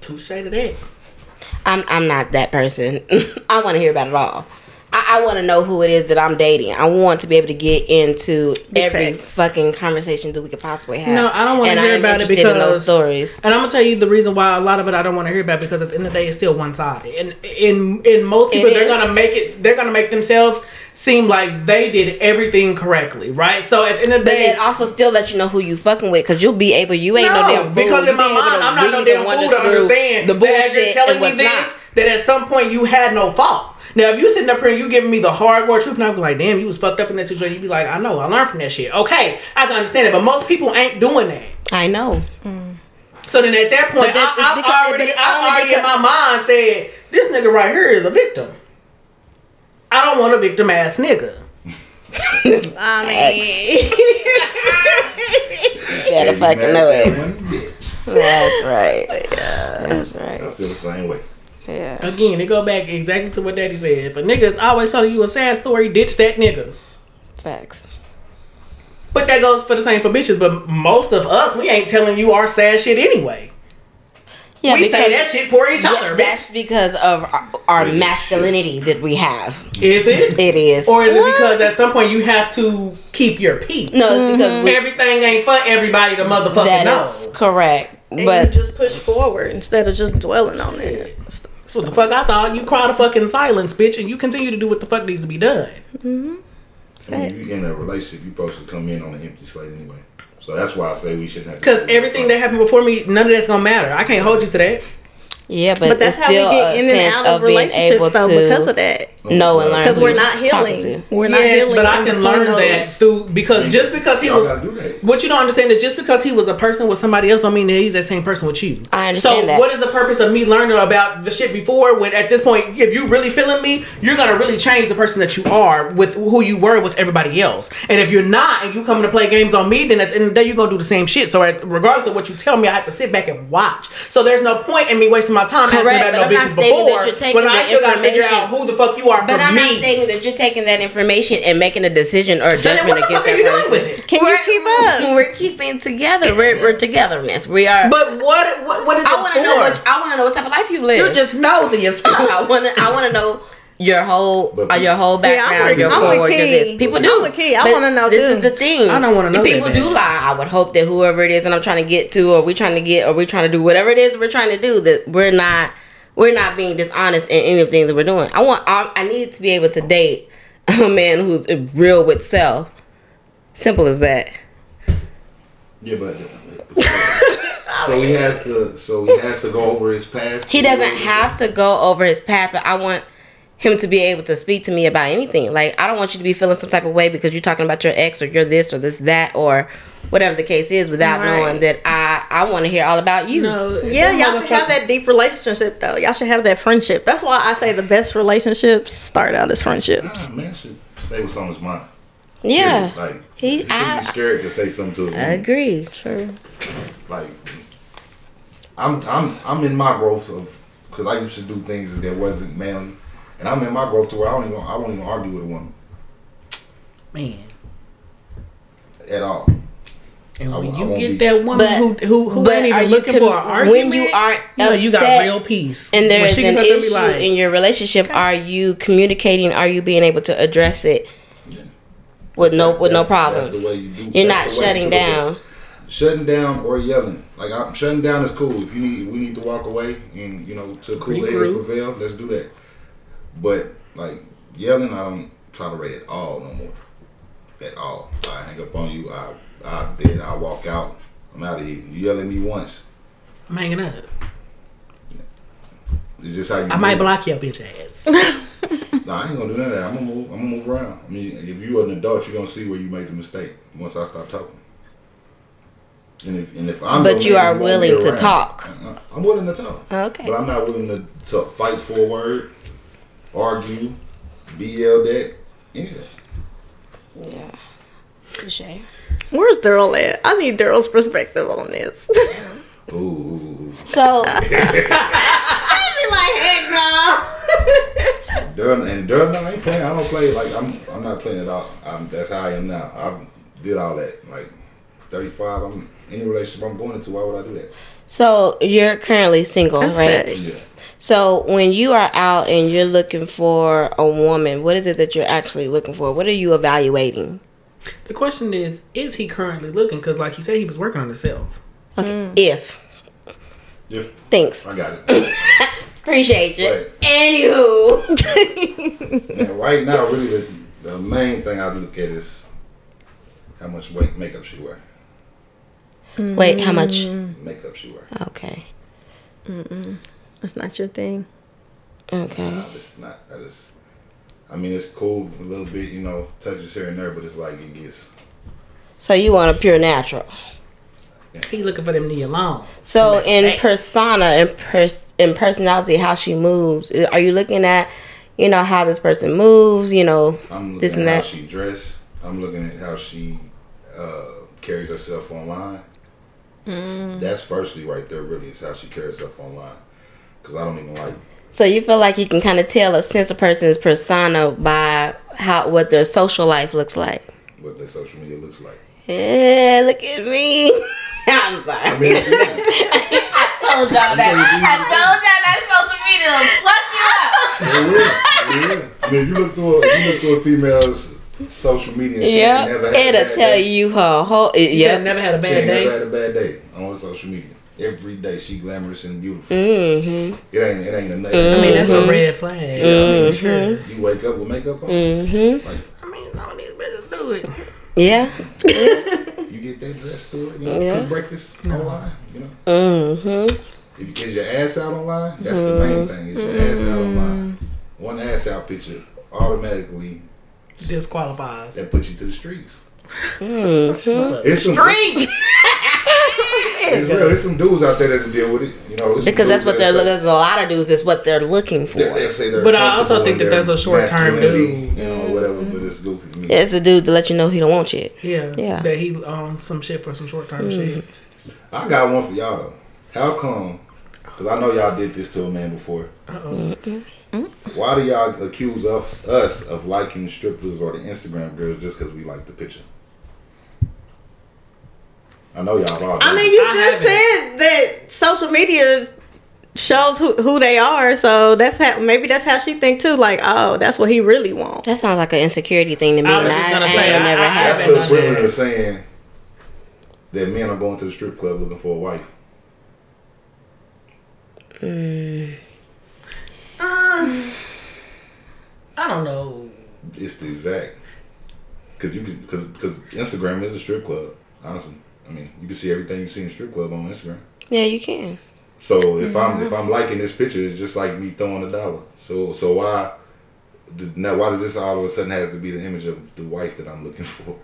Speaker 2: Touche to that.
Speaker 3: I'm I'm not that person. I want to hear about it all. I, I want to know who it is that I'm dating. I want to be able to get into
Speaker 1: Big
Speaker 3: every
Speaker 1: facts.
Speaker 3: fucking conversation that we could possibly have.
Speaker 2: No, I don't wanna
Speaker 3: And
Speaker 2: hear
Speaker 3: am
Speaker 2: about it
Speaker 3: interested in
Speaker 2: because-
Speaker 3: those stories.
Speaker 2: And I'm gonna tell you the reason why a lot of it I don't want to hear about because at the end of the day it's still one sided. And in in most people
Speaker 3: It
Speaker 2: they're
Speaker 3: is.
Speaker 2: gonna make it they're gonna make themselves seem like they did everything correctly, right? So at the end of the
Speaker 3: But
Speaker 2: day,
Speaker 3: then also still let you know who you fucking with, cause you'll be able. You ain't no,
Speaker 2: No,
Speaker 3: damn fool.
Speaker 2: because
Speaker 3: You
Speaker 2: in my
Speaker 3: be able
Speaker 2: mind
Speaker 3: to
Speaker 2: I'm not no
Speaker 3: read and
Speaker 2: damn
Speaker 3: wonder
Speaker 2: fool to
Speaker 3: through
Speaker 2: understand
Speaker 3: the
Speaker 2: that
Speaker 3: bullshit.
Speaker 2: as you're telling
Speaker 3: and
Speaker 2: me
Speaker 3: what's
Speaker 2: this
Speaker 3: not.
Speaker 2: that at some point you had no fault. Now if you sitting up here and you giving me the hardcore truth and I'm like, damn, you was fucked up in that situation, you'd be like, I know, I learned from that shit. Okay, I can understand it, but most people ain't doing that.
Speaker 3: I know.
Speaker 2: So then at that point,
Speaker 3: But that-
Speaker 2: I, I
Speaker 3: it's because-
Speaker 2: already,
Speaker 3: but it's
Speaker 2: I
Speaker 3: only
Speaker 2: already in my
Speaker 3: because-
Speaker 2: mind said, this nigga right here is a victim. I don't want a victim ass nigga.
Speaker 1: bum. I mean,
Speaker 3: Better
Speaker 4: Baby
Speaker 3: fucking
Speaker 4: mad
Speaker 3: know
Speaker 4: at
Speaker 3: it.
Speaker 4: that one bitch.
Speaker 3: That's right. That's right.
Speaker 4: I feel the same way.
Speaker 3: Yeah.
Speaker 2: Again, it go back exactly to what daddy said. If a nigga is always telling you a sad story, ditch that nigga.
Speaker 3: Facts.
Speaker 2: But that goes for the same for bitches. But most of us, we ain't telling you our sad shit anyway.
Speaker 3: Yeah,
Speaker 2: we say that shit for each
Speaker 3: yeah,
Speaker 2: other,
Speaker 3: that's
Speaker 2: bitch.
Speaker 3: because of our, our masculinity that we have.
Speaker 2: Is it?
Speaker 3: It is.
Speaker 2: Or is it because at some point you have to keep your peace?
Speaker 3: no, it's because we,
Speaker 2: Everything ain't for everybody to motherfucking
Speaker 3: that
Speaker 2: know.
Speaker 3: is correct.
Speaker 1: And
Speaker 3: But
Speaker 1: you just push forward instead of just dwelling on it.
Speaker 2: That's what the fuck I thought. You cry the fucking silence, bitch, and you continue to do what the fuck needs to be done.
Speaker 4: I mean, if you in a relationship, you supposed to come in on an empty slate anyway. So that's why I say we shouldn't have. to-
Speaker 2: Because everything that happened before me, none of that's gonna matter. I can't hold you to that.
Speaker 3: yeah, but,
Speaker 1: But that's
Speaker 3: it's
Speaker 1: how we
Speaker 3: still
Speaker 1: get
Speaker 3: a
Speaker 1: in and
Speaker 3: sense
Speaker 1: out of
Speaker 3: being able
Speaker 1: relationships though
Speaker 3: to
Speaker 1: because of that.
Speaker 3: know and learn.
Speaker 1: Because
Speaker 3: who
Speaker 1: we're
Speaker 3: you're
Speaker 1: not
Speaker 3: talking
Speaker 1: healing.
Speaker 3: to.
Speaker 1: We're not
Speaker 2: Yes,
Speaker 1: healing.
Speaker 2: but I
Speaker 1: in
Speaker 2: can
Speaker 1: between
Speaker 2: learn
Speaker 1: those.
Speaker 2: that through because just because he
Speaker 4: Y'all
Speaker 2: was
Speaker 4: gotta do that.
Speaker 2: What you don't understand is just because he was a person with somebody else don't mean that he's that same person with you.
Speaker 3: I understand
Speaker 2: So
Speaker 3: that.
Speaker 2: what is the purpose of me learning about the shit before when at this point if you really feeling me, you're gonna really change the person that you are with who you were with everybody else. And if you're not and you coming to play games on me, then at the end of the day you're gonna do the same shit. So at, regardless of what you tell me, I have to sit back and watch. So there's no point in me wasting my time
Speaker 3: Correct,
Speaker 2: asking
Speaker 3: but
Speaker 2: about
Speaker 3: I'm
Speaker 2: no
Speaker 3: not
Speaker 2: bitches
Speaker 3: stating that you're
Speaker 2: before
Speaker 3: taking
Speaker 2: when I
Speaker 3: the
Speaker 2: still gotta figure
Speaker 3: information.
Speaker 2: out who the fuck you are
Speaker 3: But
Speaker 2: for
Speaker 3: I'm
Speaker 2: me.
Speaker 3: not stating that you're taking that information and making a decision or
Speaker 2: so then
Speaker 3: judgment
Speaker 2: what the
Speaker 3: against
Speaker 2: fuck are
Speaker 3: that
Speaker 2: you doing
Speaker 3: person.
Speaker 2: with it?
Speaker 1: Can you keep up?
Speaker 3: We're keeping together. We're, we're togetherness. We are.
Speaker 2: But what what, what is
Speaker 3: I
Speaker 2: it
Speaker 3: want
Speaker 2: for?
Speaker 3: to know what I want to know what type of life you live.
Speaker 2: You're just nosy as
Speaker 3: I
Speaker 2: fuck.
Speaker 3: want to. I want to know your whole
Speaker 4: But
Speaker 3: uh, your whole
Speaker 1: Yeah, I'm
Speaker 3: background,
Speaker 1: with-
Speaker 3: your
Speaker 1: I'm with
Speaker 3: forward, your
Speaker 1: Key.
Speaker 3: this. People do.
Speaker 1: I'm with Key. I
Speaker 3: But
Speaker 1: wanna know
Speaker 3: This
Speaker 1: too.
Speaker 3: is the thing.
Speaker 2: I don't wanna know that
Speaker 3: People
Speaker 2: bad.
Speaker 3: do lie. I would hope that whoever it is, and I'm trying to get to, or we trying to get, or we trying to do whatever it is we're trying to do, that we're not we're not being dishonest in anything that we're doing. I want. I, I need to be able to date a man who's real with self. Simple as that.
Speaker 4: Yeah, but so he has to. So he has to go over his past.
Speaker 3: He doesn't have to go over his path, but I want him to be able to speak to me about anything. Like I don't want you to be feeling some type of way because you're talking about your ex or you're this or this that or whatever the case is without
Speaker 1: Right.
Speaker 3: knowing that I I want to hear all about you.
Speaker 1: Yeah, y'all should have that deep relationship though. Y'all should have that friendship. That's why I say the best relationships start out as friendships.
Speaker 4: Nah, man, should say what's on his mind.
Speaker 3: Yeah.
Speaker 4: Period. Like
Speaker 3: He-
Speaker 4: he, should
Speaker 3: I-
Speaker 4: be scared to say something to a
Speaker 3: I
Speaker 4: woman.
Speaker 3: agree. Sure.
Speaker 4: like I'm I'm I'm in my growth of because I used to do things that wasn't manly, and I'm in my growth to where I don't even I won't even argue with a woman
Speaker 2: Man.
Speaker 4: at all.
Speaker 2: And
Speaker 4: I
Speaker 2: when
Speaker 4: won't- I
Speaker 2: you
Speaker 4: won't
Speaker 2: get
Speaker 4: be-
Speaker 2: that woman
Speaker 3: But-
Speaker 2: who who who
Speaker 3: but
Speaker 2: ain't
Speaker 3: are
Speaker 2: even
Speaker 3: you
Speaker 2: looking
Speaker 3: com-
Speaker 2: for an argument,
Speaker 3: when you aren't
Speaker 2: you, know, you got
Speaker 3: upset
Speaker 2: real peace.
Speaker 3: and there
Speaker 2: When
Speaker 3: is
Speaker 2: she
Speaker 3: an
Speaker 2: gets up and be
Speaker 3: issue
Speaker 2: like,
Speaker 3: in your relationship, are you communicating? Are you being able to address it with no with no
Speaker 4: That- That's
Speaker 3: problems?
Speaker 4: the way you do.
Speaker 3: You're not
Speaker 4: that's the way
Speaker 3: shutting
Speaker 4: you do it.
Speaker 3: down.
Speaker 4: Shutting down or yelling. Like I'm shutting down is cool. If you need we need to walk away and you know to cool heads
Speaker 2: Regroup.
Speaker 4: prevail, let's do that. But like yelling, I don't tolerate at all no more. At all. I hang up on you. I I did. I walk out. I'm out of here. You yell at me once.
Speaker 2: I'm hanging up.
Speaker 4: It's just how you.
Speaker 2: I might
Speaker 4: do it.
Speaker 2: block your bitch ass.
Speaker 4: Nah, I ain't gonna do none of that. I'm gonna move. I'm gonna move around. I mean, if you're an adult, you're gonna see where you make a mistake once I stop talking. And if, and if I'm,
Speaker 3: But
Speaker 4: the
Speaker 3: you
Speaker 4: man
Speaker 3: are
Speaker 4: who won't
Speaker 3: willing
Speaker 4: get
Speaker 3: to
Speaker 4: around-
Speaker 3: talk.
Speaker 4: Uh-uh. I'm willing to talk,
Speaker 3: Okay.
Speaker 4: but I'm not willing to, to fight for a word, argue, be yelled at, any of that.
Speaker 3: Yeah. Touche.
Speaker 1: Where's Daryl at? I need Daryl's perspective on this.
Speaker 4: Ooh, Ooh, ooh.
Speaker 3: So
Speaker 1: I be like, heck no.
Speaker 4: during and during I ain't playing. I don't play like I'm. I'm not playing at all. I'm, that's how I am now. I did all that. Like 35. I'm any relationship I'm going into. Why would I do that?
Speaker 3: So you're currently single,
Speaker 1: That's
Speaker 3: right?
Speaker 1: facts.
Speaker 4: Yeah.
Speaker 3: So when you are out and you're looking for a woman, what is it that you're actually looking for? What are you evaluating?
Speaker 2: the question is, is he currently looking? Because like he said, he was working on himself.
Speaker 1: Mm.
Speaker 3: Okay. If
Speaker 4: If
Speaker 3: thanks,
Speaker 4: I got it.
Speaker 3: appreciate you.
Speaker 4: Right.
Speaker 3: Anywho,
Speaker 4: And right now, really, the, the main thing I look at is how much weight makeup she wear.
Speaker 3: wait, how much?
Speaker 4: Makeup she wear.
Speaker 3: Okay,
Speaker 1: That's not your thing.
Speaker 3: okay.
Speaker 4: I just not. I just. I mean, it's cool a little bit, you know, touches here and there, but it's like it gets.
Speaker 3: So you want a pure natural.
Speaker 2: He looking for them knee alone.
Speaker 3: So in
Speaker 2: Right.
Speaker 3: persona and pers- in personality, how she moves, i- are you looking at, you know, how this person moves? You know,
Speaker 4: I'm looking
Speaker 3: This
Speaker 4: at
Speaker 3: and
Speaker 4: how
Speaker 3: that.
Speaker 4: she dress. I'm looking at how she uh, carries herself online. That's firstly right there. Really, is how she carries herself online. Cause I don't even like.
Speaker 3: So you feel like you can kind of tell a sense of person's persona by how what their social life looks like.
Speaker 4: what their social media looks like.
Speaker 3: Yeah, look at me. I'm sorry.
Speaker 4: I mean, it's easy.
Speaker 3: I told y'all that. I told y'all that social media will fuck you up.
Speaker 4: It will. It will. I mean, if you look through, a, if you look through a female's social media, and shit, they never
Speaker 3: Yep.
Speaker 4: had a
Speaker 3: It'll
Speaker 4: bad
Speaker 3: tell
Speaker 4: day.
Speaker 3: you her whole.
Speaker 2: Yeah,
Speaker 3: Yep.
Speaker 2: never had a
Speaker 4: She
Speaker 2: bad
Speaker 4: ain't never
Speaker 2: day.
Speaker 4: had a bad day on her social media. Every day she glamorous and beautiful.
Speaker 3: Mm
Speaker 4: It ain't. It ain't a negative.
Speaker 2: I mean, that's a
Speaker 3: Mhm.
Speaker 2: red flag.
Speaker 4: Yeah, I mean,
Speaker 3: mm-hmm.
Speaker 2: For sure.
Speaker 4: You wake up with makeup on.
Speaker 3: hmm. Mm
Speaker 2: I mean, all these bitches do it.
Speaker 3: hmm. Yeah.
Speaker 4: You get that dress to it. You know,
Speaker 3: Yeah.
Speaker 4: cook breakfast online. You know,
Speaker 3: Mm hmm.
Speaker 4: if, is your ass out online? That's the
Speaker 3: Mm.
Speaker 4: main thing. Is your ass out online? One ass out picture automatically
Speaker 2: Disqualifies.
Speaker 4: that puts you to the streets.
Speaker 3: Mm-hmm.
Speaker 4: It's some,
Speaker 2: Street.
Speaker 4: It's real. There's some dudes out there that deal with it. You know, there's some
Speaker 3: Because that's
Speaker 4: dudes
Speaker 3: what
Speaker 4: that
Speaker 3: they're
Speaker 4: say-
Speaker 3: looking. There's a lot of dudes. That's what they're looking
Speaker 4: they- they
Speaker 3: for.
Speaker 4: say they're
Speaker 2: But I
Speaker 4: comfortable
Speaker 2: also think
Speaker 4: in
Speaker 2: that
Speaker 4: their
Speaker 2: that's a short-term
Speaker 4: masculinity, You know, whatever. But it's goofy to me.
Speaker 3: It's a dude to let you know he don't want shit.
Speaker 2: Yeah.
Speaker 3: Yeah. Mm.
Speaker 2: That he um some shit for some short term shit.
Speaker 4: I got one for y'all though. How come? Because I know y'all did this to a man before.
Speaker 3: Mm.
Speaker 2: Uh-oh.
Speaker 4: Why do y'all accuse us, us of liking strippers or the Instagram girls just because we like the picture? I know y'all have all.
Speaker 1: I
Speaker 4: done
Speaker 1: mean,
Speaker 4: it.
Speaker 1: you
Speaker 2: I
Speaker 1: just
Speaker 2: haven't.
Speaker 1: said that social media shows who, who they are, so that's how maybe that's how she think too. Like, oh, that's what he really wants.
Speaker 3: That sounds like an insecurity thing to me.
Speaker 2: I was
Speaker 3: and
Speaker 2: just
Speaker 3: I,
Speaker 2: gonna
Speaker 3: I
Speaker 2: say,
Speaker 3: ain't
Speaker 2: I-
Speaker 3: never
Speaker 2: I
Speaker 3: had
Speaker 4: that's
Speaker 2: haven't
Speaker 4: what
Speaker 2: done
Speaker 4: women
Speaker 2: that.
Speaker 4: are saying. That men are going to the strip club looking for a wife.
Speaker 2: Uh, I don't know.
Speaker 4: It's the exact. Because you can, because because Instagram is a strip club. Honestly, I mean, you can see everything you see in a strip club on Instagram.
Speaker 3: Yeah, you can.
Speaker 4: So if I'm
Speaker 3: Mm-hmm.
Speaker 4: if I'm liking this picture, it's just like me throwing a dollar. So so why the- now why does this all of a sudden has to be the image of the wife that I'm looking for?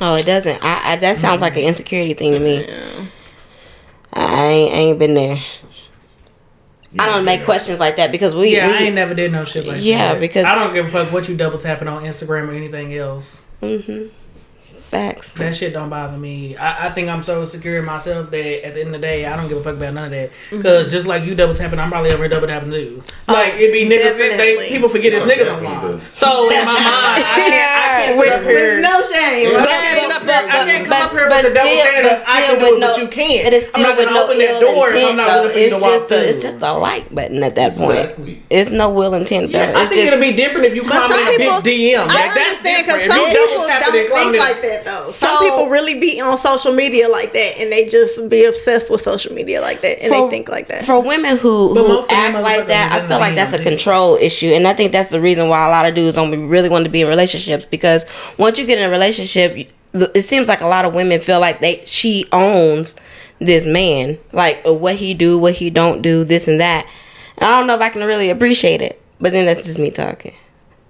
Speaker 3: Oh, it doesn't. I, I that sounds like an insecurity thing to me. I ain't, I ain't been there. I don't make questions like that because we.
Speaker 2: Yeah,
Speaker 3: we
Speaker 2: I ain't never did no shit like that.
Speaker 3: Yeah, because-
Speaker 2: I don't give a fuck what you double tapping on Instagram or anything else.
Speaker 3: Mhm. Facts.
Speaker 2: That shit don't bother me. I, I think I'm so secure in myself that at the end of the day, I don't give a fuck about none of that.
Speaker 1: Mm-hmm.
Speaker 2: Because just like you double tapping, I'm probably over here double tapping too. Like it'd be niggas. that They,
Speaker 1: definitely.
Speaker 2: people forget it's
Speaker 4: Oh,
Speaker 2: niggas
Speaker 4: definitely
Speaker 2: online.
Speaker 4: do.
Speaker 2: So in my mind, I can't. I can't sit
Speaker 1: With,
Speaker 2: up
Speaker 1: with
Speaker 2: here.
Speaker 1: no shame.
Speaker 2: I
Speaker 4: Yeah.
Speaker 1: Like,
Speaker 2: can't sit up here-
Speaker 3: But-
Speaker 2: I can't come
Speaker 3: but-
Speaker 2: up here with
Speaker 3: but
Speaker 2: the double
Speaker 3: still-
Speaker 2: standards.
Speaker 3: but
Speaker 2: I can do
Speaker 3: still
Speaker 2: it,
Speaker 3: with
Speaker 2: but
Speaker 3: no-
Speaker 2: you can't.
Speaker 3: It is still
Speaker 2: I'm not
Speaker 3: with
Speaker 2: gonna
Speaker 3: no
Speaker 2: open that
Speaker 3: ill
Speaker 2: door if I'm
Speaker 3: intent,
Speaker 2: not
Speaker 3: though.
Speaker 2: willing for you to
Speaker 3: It's
Speaker 2: walk
Speaker 3: just
Speaker 2: through.
Speaker 3: a, it's just a like button at that point.
Speaker 4: Exactly.
Speaker 3: It's no will intent.
Speaker 2: Yeah,
Speaker 3: but
Speaker 2: I
Speaker 3: it's
Speaker 2: think
Speaker 3: just,
Speaker 2: it'll be different if you
Speaker 1: But
Speaker 2: comment
Speaker 1: some
Speaker 2: a bitch
Speaker 1: people, I
Speaker 2: DM. Like, that's
Speaker 1: understand because
Speaker 2: different.
Speaker 1: some
Speaker 2: If you
Speaker 1: people
Speaker 2: double tapping and
Speaker 1: don't think
Speaker 2: commenting-
Speaker 1: like that though. some
Speaker 3: So-
Speaker 1: people really be on social media like that, and they just be obsessed with social media like that, and they
Speaker 3: For-
Speaker 1: think like that.
Speaker 3: for women who,
Speaker 2: But
Speaker 3: who
Speaker 2: most of them
Speaker 3: act like that,
Speaker 2: motherfuckers
Speaker 3: I feel like
Speaker 2: ain't
Speaker 3: that's a
Speaker 2: gonna do it.
Speaker 3: control issue, and I think that's the reason why a lot of dudes don't be- really want to be in relationships because once you get in a relationship, you- it seems like a lot of women feel like they she owns this man, like uh, what he do, what he don't do, this and that. And I don't know if I can really appreciate it, but then that's just me talking.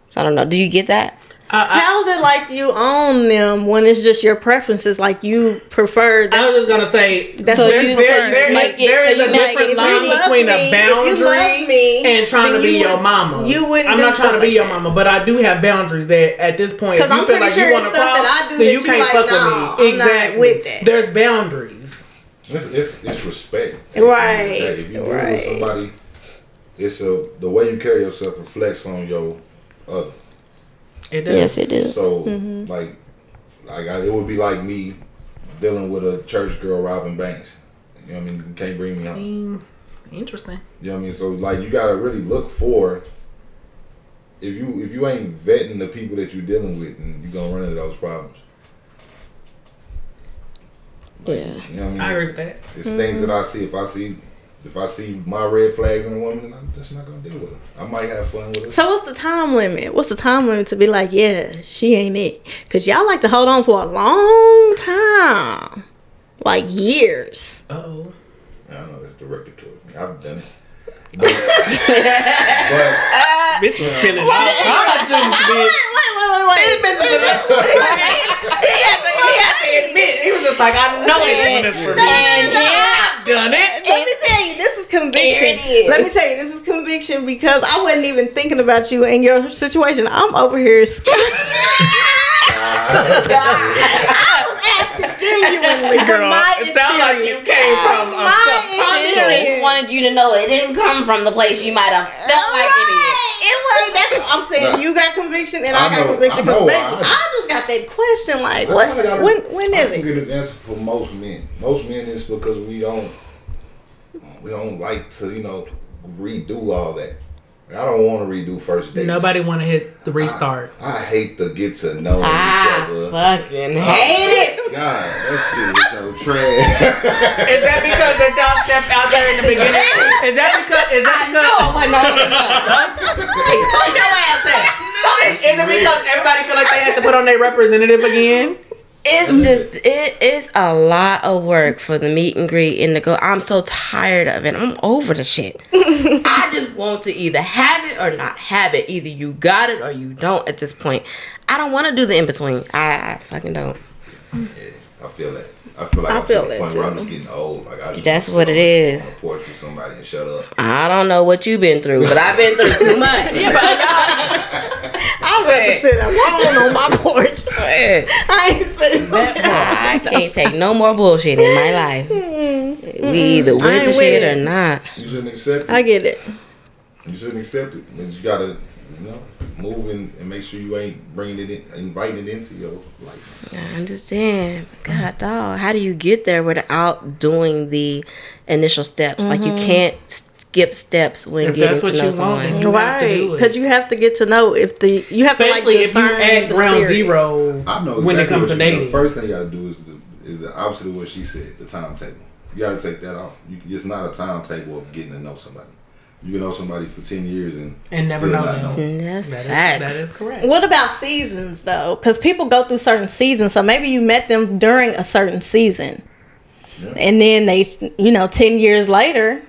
Speaker 3: So I don't know. Do you get that?
Speaker 2: I- I-
Speaker 1: How is it like you own them when it's just your preferences? Like you prefer that
Speaker 2: I was just gonna say
Speaker 1: That's
Speaker 2: there-
Speaker 1: what you
Speaker 2: there-
Speaker 1: prefer.
Speaker 2: there is-
Speaker 3: Like, it-
Speaker 2: there
Speaker 3: so
Speaker 2: is a
Speaker 3: you like,
Speaker 2: different
Speaker 3: if you
Speaker 2: line
Speaker 3: love
Speaker 2: between
Speaker 1: me-
Speaker 2: a
Speaker 1: if you love
Speaker 2: boundary
Speaker 1: me,
Speaker 2: and trying to
Speaker 1: then
Speaker 2: be
Speaker 1: you
Speaker 2: your
Speaker 1: would-
Speaker 2: mama.
Speaker 1: you wouldn't
Speaker 2: I'm
Speaker 1: do
Speaker 2: not trying to
Speaker 1: stuff
Speaker 2: be
Speaker 1: like
Speaker 2: your
Speaker 1: that.
Speaker 2: mama, but I do have boundaries that at this point, if
Speaker 1: 'Cause
Speaker 2: you
Speaker 1: I'm
Speaker 2: feel
Speaker 1: pretty
Speaker 2: like
Speaker 1: sure
Speaker 2: you want to
Speaker 1: it's stuff
Speaker 2: cross,
Speaker 1: that I do
Speaker 2: then
Speaker 1: that
Speaker 2: you
Speaker 1: you
Speaker 2: can't
Speaker 1: like,
Speaker 2: fuck
Speaker 1: nah, I'm
Speaker 2: with
Speaker 1: not
Speaker 2: me. Exactly.
Speaker 1: with that.
Speaker 2: There's boundaries.
Speaker 4: It's it's, it's respect.
Speaker 1: Right,
Speaker 4: If you deal
Speaker 1: right.
Speaker 4: with somebody, it's a the way you carry yourself reflects on your other.
Speaker 2: It does.
Speaker 3: Yes, it do.
Speaker 4: So like like I, it would be like me dealing with a church girl robbing banks. You know what I mean? You can't bring me on.
Speaker 2: Mm, Interesting.
Speaker 4: You know what I mean? So like you gotta really look for if you if you ain't vetting the people that you're dealing with and you're gonna run into those problems.
Speaker 3: Yeah.
Speaker 4: You know what I mean?
Speaker 2: I agree with that.
Speaker 4: It's things that I see. If I see if I see my red flags in a woman, then I'm just not gonna deal with her. I might have fun with her.
Speaker 1: So what's the time limit? What's the time limit to be like, yeah, she ain't it? Cause y'all like to hold on for a long time, like years.
Speaker 2: Uh oh.
Speaker 4: I don't know that's directed towards me. I've done it. But,
Speaker 2: Bitch was feeling all kind of juice, bitch.
Speaker 1: Wait, wait, wait, wait, wait.
Speaker 2: admit, he was just like, I know this one is for me.
Speaker 3: And yeah,
Speaker 2: I've done it.
Speaker 1: Let me tell you, this is
Speaker 3: There
Speaker 1: conviction.
Speaker 3: it is.
Speaker 1: Let me tell you, this is conviction because I wasn't even thinking about you and your situation. I'm over here. sc-
Speaker 4: but uh,
Speaker 1: I was asking genuinely from
Speaker 2: Girl,
Speaker 1: my
Speaker 2: it sounds like you um,
Speaker 1: experience.
Speaker 2: came from
Speaker 1: From
Speaker 2: a
Speaker 1: my
Speaker 2: subconscious.
Speaker 1: experience.
Speaker 3: wanted you to know it didn't come from the place you might have felt like it is.
Speaker 1: Right.
Speaker 3: It
Speaker 1: anyway, that's what I'm saying.
Speaker 4: Nah.
Speaker 1: You got conviction, and
Speaker 4: I
Speaker 1: I, got
Speaker 4: know-
Speaker 1: conviction.
Speaker 4: I know,
Speaker 1: Because
Speaker 4: I-
Speaker 1: I, just got that question. Like,
Speaker 4: I
Speaker 1: what?
Speaker 4: kinda gotta-
Speaker 1: when? When
Speaker 4: I
Speaker 1: is
Speaker 4: can
Speaker 1: it?
Speaker 4: Get an answer for most men. Most men is because we don't we don't like to you know redo all that. I don't want to redo first dates.
Speaker 2: Nobody want to hit the restart.
Speaker 4: I hate to get to know
Speaker 3: I
Speaker 1: Ah,
Speaker 4: each other.
Speaker 3: fucking hate it.
Speaker 4: God, that shit is so trash.
Speaker 2: Is that because that y'all stepped out there in the beginning? Is that because? Is that because?
Speaker 3: oh, No, but no.
Speaker 2: Hey, calm your ass down. Is it because everybody feel like they had to put on their representative again?
Speaker 3: It's
Speaker 1: Mm-hmm.
Speaker 3: just it is a lot of work for the meet and greet and the go. I'm so tired of it. I'm over the shit. I just want to either have it or not have it. Either you got it or you don't. At this point, I don't want to do the in between. I, I fucking don't.
Speaker 4: yeah, I feel that. I feel like
Speaker 1: I
Speaker 4: I'm
Speaker 1: feel
Speaker 4: to the
Speaker 1: that
Speaker 4: point where I'm
Speaker 1: too.
Speaker 4: just getting old. Like I just
Speaker 3: That's
Speaker 4: wanna
Speaker 3: what it
Speaker 4: sit
Speaker 3: is.
Speaker 4: On the porch with somebody and shut up.
Speaker 3: I don't know what you've been through, but I've been through too much.
Speaker 1: I rather sit alone on my porch. I ain't sitting.
Speaker 3: I can't take no more bullshit in my life. We either
Speaker 1: I ain't
Speaker 3: with the
Speaker 1: with
Speaker 3: shit
Speaker 1: it.
Speaker 3: or not.
Speaker 4: You shouldn't accept it.
Speaker 1: I get it.
Speaker 4: You shouldn't accept it. But you gotta, you know, move and, and make sure you ain't bringing it in, inviting it into your life.
Speaker 3: I'm just saying,
Speaker 2: Mm-hmm.
Speaker 3: God, dog, how do you get there without doing the initial steps? Like you can't skip steps when
Speaker 2: Mm-hmm. If
Speaker 3: getting
Speaker 2: that's
Speaker 3: to
Speaker 2: what
Speaker 3: know
Speaker 2: you want, then-
Speaker 3: someone.
Speaker 2: You have to
Speaker 1: Right,
Speaker 2: do it.
Speaker 1: because you have to get to know if the you have
Speaker 2: Especially
Speaker 1: to like
Speaker 2: if you
Speaker 1: discern
Speaker 2: at
Speaker 1: the
Speaker 2: ground
Speaker 1: spirit.
Speaker 2: zero
Speaker 4: I know
Speaker 2: when it
Speaker 4: exactly
Speaker 2: comes
Speaker 4: what
Speaker 2: to
Speaker 4: you know.
Speaker 2: dating.
Speaker 4: First thing you gotta do is the is the opposite of what she said. The timetable. You gotta take that off. You, it's not a timetable of getting to know somebody. You can know somebody for ten years and
Speaker 2: And never
Speaker 4: still
Speaker 2: know them.
Speaker 4: not know
Speaker 3: And Mm, that's
Speaker 2: That is, that
Speaker 3: facts.
Speaker 2: is correct.
Speaker 1: What about seasons though? Because people go through certain seasons, so maybe you met them during a certain season,
Speaker 4: Yeah.
Speaker 1: and then they, you know, ten years later,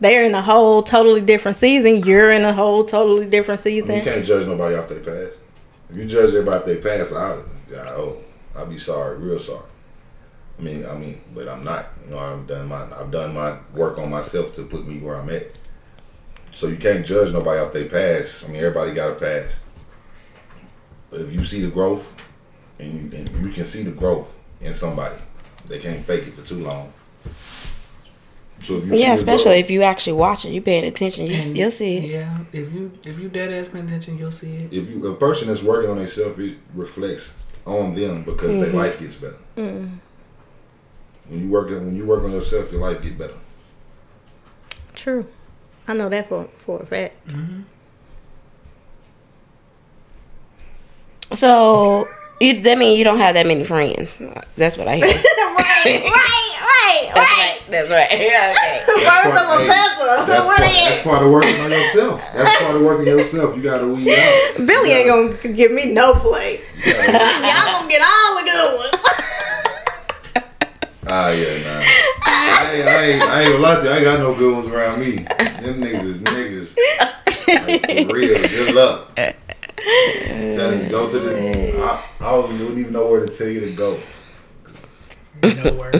Speaker 1: they're in a whole totally different season. You're in a whole totally different
Speaker 4: I mean, you
Speaker 1: season.
Speaker 4: can't judge nobody off their past. If you judge everybody off their past, I, I oh, I'll be sorry, real sorry. I mean, I mean, but I'm not. You know, I've done my, I've done my work on myself to put me where I'm at. So you can't judge nobody off their past. I mean, everybody got a past. But if you see the growth, and you, and you can see the growth in somebody, they can't fake it for too long. So if
Speaker 3: Yeah,
Speaker 4: you see the growth-
Speaker 3: especially if you actually watch it, you paying attention, you,
Speaker 2: And-
Speaker 3: you'll see it.
Speaker 2: Yeah, if you if you dead ass paying attention, you'll see it.
Speaker 4: if you a person that's working on themselves, it reflects on them because
Speaker 1: Mm-hmm.
Speaker 4: their life gets better.
Speaker 1: Mm.
Speaker 4: When you work when you work on yourself, your life get better.
Speaker 1: True, I know that for for a fact.
Speaker 3: So you, that means you don't have that many friends. That's what I hear. That's
Speaker 1: right, right, right,
Speaker 3: right. That's right. Yeah, okay.
Speaker 1: Birds of
Speaker 4: part-
Speaker 1: a
Speaker 4: hey,
Speaker 1: feather.
Speaker 4: That's,
Speaker 1: What
Speaker 4: part,
Speaker 1: it
Speaker 4: that's
Speaker 1: is?
Speaker 4: part of working on yourself. That's part of working yourself. You gotta weed out. You
Speaker 1: Billy ain't
Speaker 4: gotta-
Speaker 1: gonna give me no play.
Speaker 4: you gotta-
Speaker 1: Y'all gonna get all the good ones.
Speaker 4: Ah yeah, nah. I, ain't- I, ain't, I ain't gonna lie to you. I ain't got no good ones around me. Them niggas is niggas. Like, for real, good luck. I'm telling you, go to the. I, I don't even know where to tell you to go.
Speaker 2: Nowhere.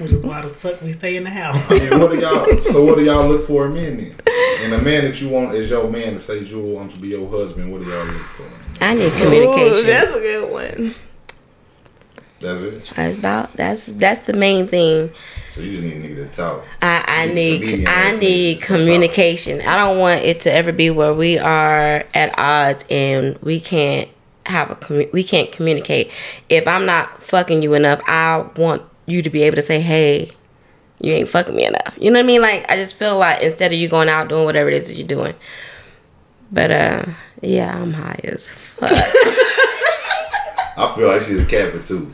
Speaker 2: Which is why the fuck we stay in the house.
Speaker 4: I mean, what do y'all? So what do y'all look for in men then? And a man that you want is your man to say you want to be your husband. What do y'all look for?
Speaker 3: I need
Speaker 1: Ooh,
Speaker 3: communication.
Speaker 1: that's a good one.
Speaker 4: That's it.
Speaker 3: That's about that's that's the main thing.
Speaker 4: So you just need a nigga to talk.
Speaker 3: I, I
Speaker 4: Need
Speaker 3: need
Speaker 4: comedian
Speaker 3: I
Speaker 4: that's
Speaker 3: need
Speaker 4: it. That's all.
Speaker 3: communication. I don't want it to ever be where we are at odds and we can't have a commu- we can't communicate. If I'm not fucking you enough, I want you to be able to say, "Hey, you ain't fucking me enough." You know what I mean? Like I just feel like instead of you going out doing whatever it is that you're doing. But uh yeah, I'm high as fuck.
Speaker 4: I feel like she's a capper too.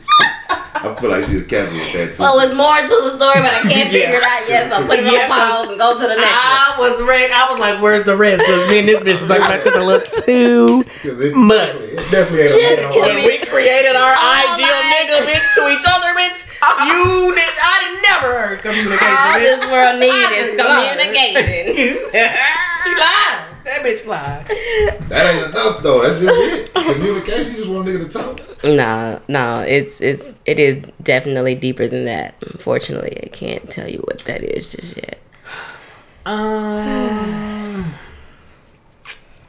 Speaker 4: I feel like she's a capper with that too.
Speaker 3: so it's more to the story, but I can't figure it out yet. So put it
Speaker 2: Yeah.
Speaker 3: on pause and go to the next one.
Speaker 2: I was ready. I was like, "Where's the rest?" Because me and this bitch was talking about this a little too
Speaker 4: 'Cause it,
Speaker 2: much.
Speaker 4: it definitely ain't
Speaker 3: Just
Speaker 4: a
Speaker 3: kidding.
Speaker 2: When
Speaker 4: man
Speaker 2: we created our
Speaker 3: Oh
Speaker 2: ideal
Speaker 3: my-
Speaker 2: nigga bitch to each other, bitch, you did, I never heard communication.
Speaker 3: All
Speaker 2: bitch.
Speaker 3: this world needs is
Speaker 2: lied.
Speaker 3: communication.
Speaker 2: she lied. That bitch lied.
Speaker 4: on- That ain't enough though. That's just it. Communication. You just want a nigga to talk.
Speaker 3: No, no, it's it's it is definitely deeper than that. Unfortunately, I can't tell you what that is just yet.
Speaker 2: Um,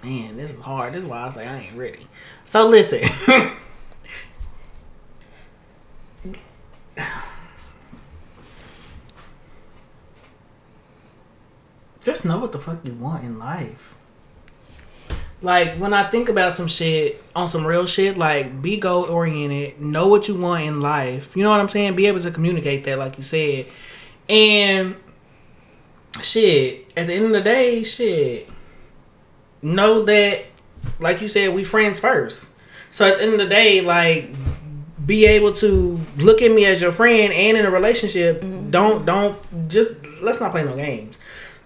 Speaker 2: man, this is hard. This is why I say I ain't ready. So listen. Just know what the fuck you want in life. Like when I think about some shit on some real shit, like be goal oriented, know what you want in life. You know what I'm saying? Be able to communicate that, like you said. And shit, at the end of the day, shit, know that, like you said, we friends first. So at the end of the day, like, be able to look at me as your friend and in a relationship.
Speaker 3: Mm-hmm.
Speaker 2: Don't don't just let's not play no games.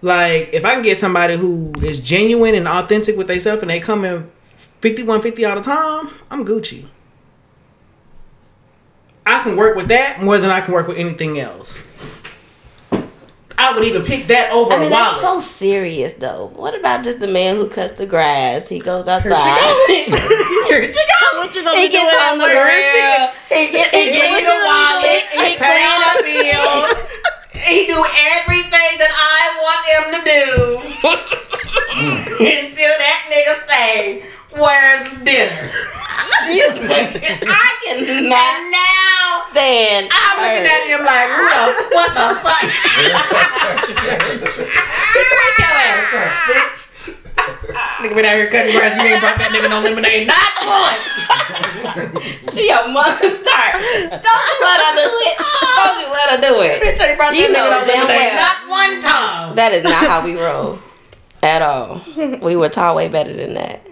Speaker 2: Like if I can get somebody who is genuine and authentic with themselves and they come in fifty one fifty all the time, I'm Gucci. I can work with that more than I can work with anything else. I would even pick that over
Speaker 3: I mean,
Speaker 2: a
Speaker 3: that's
Speaker 2: wallet.
Speaker 3: so serious, though. What about just the man who cuts the grass? He goes outside. he gets
Speaker 1: What you gonna be doing at
Speaker 3: on the
Speaker 1: work?
Speaker 3: grill. He gets he
Speaker 1: What you
Speaker 3: gets the
Speaker 1: gonna
Speaker 3: wallet.
Speaker 1: be
Speaker 3: He cleans up bills.
Speaker 2: He do everything that I want him to do until that nigga say, "Where's dinner?"
Speaker 3: I cannot
Speaker 2: Now
Speaker 3: stand.
Speaker 2: I'm looking at him like, "Rudolph, what the fuck?" Bitch, wake your ass up, bitch. nigga been out here cutting grass. You ain't brought that nigga no lemonade. Not once.
Speaker 3: She a mother tart. Don't you let her do it. Don't you let her do it.
Speaker 2: Bitch ain't brought
Speaker 3: You
Speaker 2: that
Speaker 3: know
Speaker 2: nigga no lemonade. Not one time.
Speaker 3: damn well. That is not how we roll. At all. We were taught way better than that.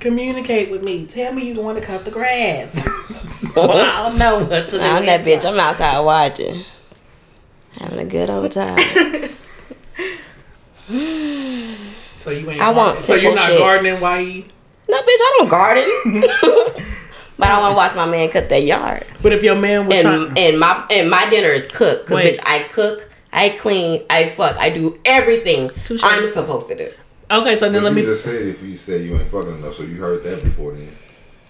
Speaker 2: Communicate with me. Tell me you want to cut the grass. well, I don't know what to do.
Speaker 3: I'm that bitch. I'm outside watching. Having a good old time.
Speaker 2: So you ain't.
Speaker 3: I want
Speaker 2: gardening. So you're
Speaker 3: simple
Speaker 2: not
Speaker 3: shit.
Speaker 2: gardening? Why? You?
Speaker 3: No, bitch, I don't garden. but I want to watch my man cut that yard.
Speaker 2: But if your man was trying,
Speaker 3: And and my and my dinner is cooked because
Speaker 2: Wait.
Speaker 3: bitch, I cook, I clean, I fuck, I do everything
Speaker 2: Touche.
Speaker 3: I'm supposed to do.
Speaker 2: okay, so then
Speaker 4: But
Speaker 2: let me.
Speaker 4: you just said if you said you ain't fucking enough, so you heard that before then.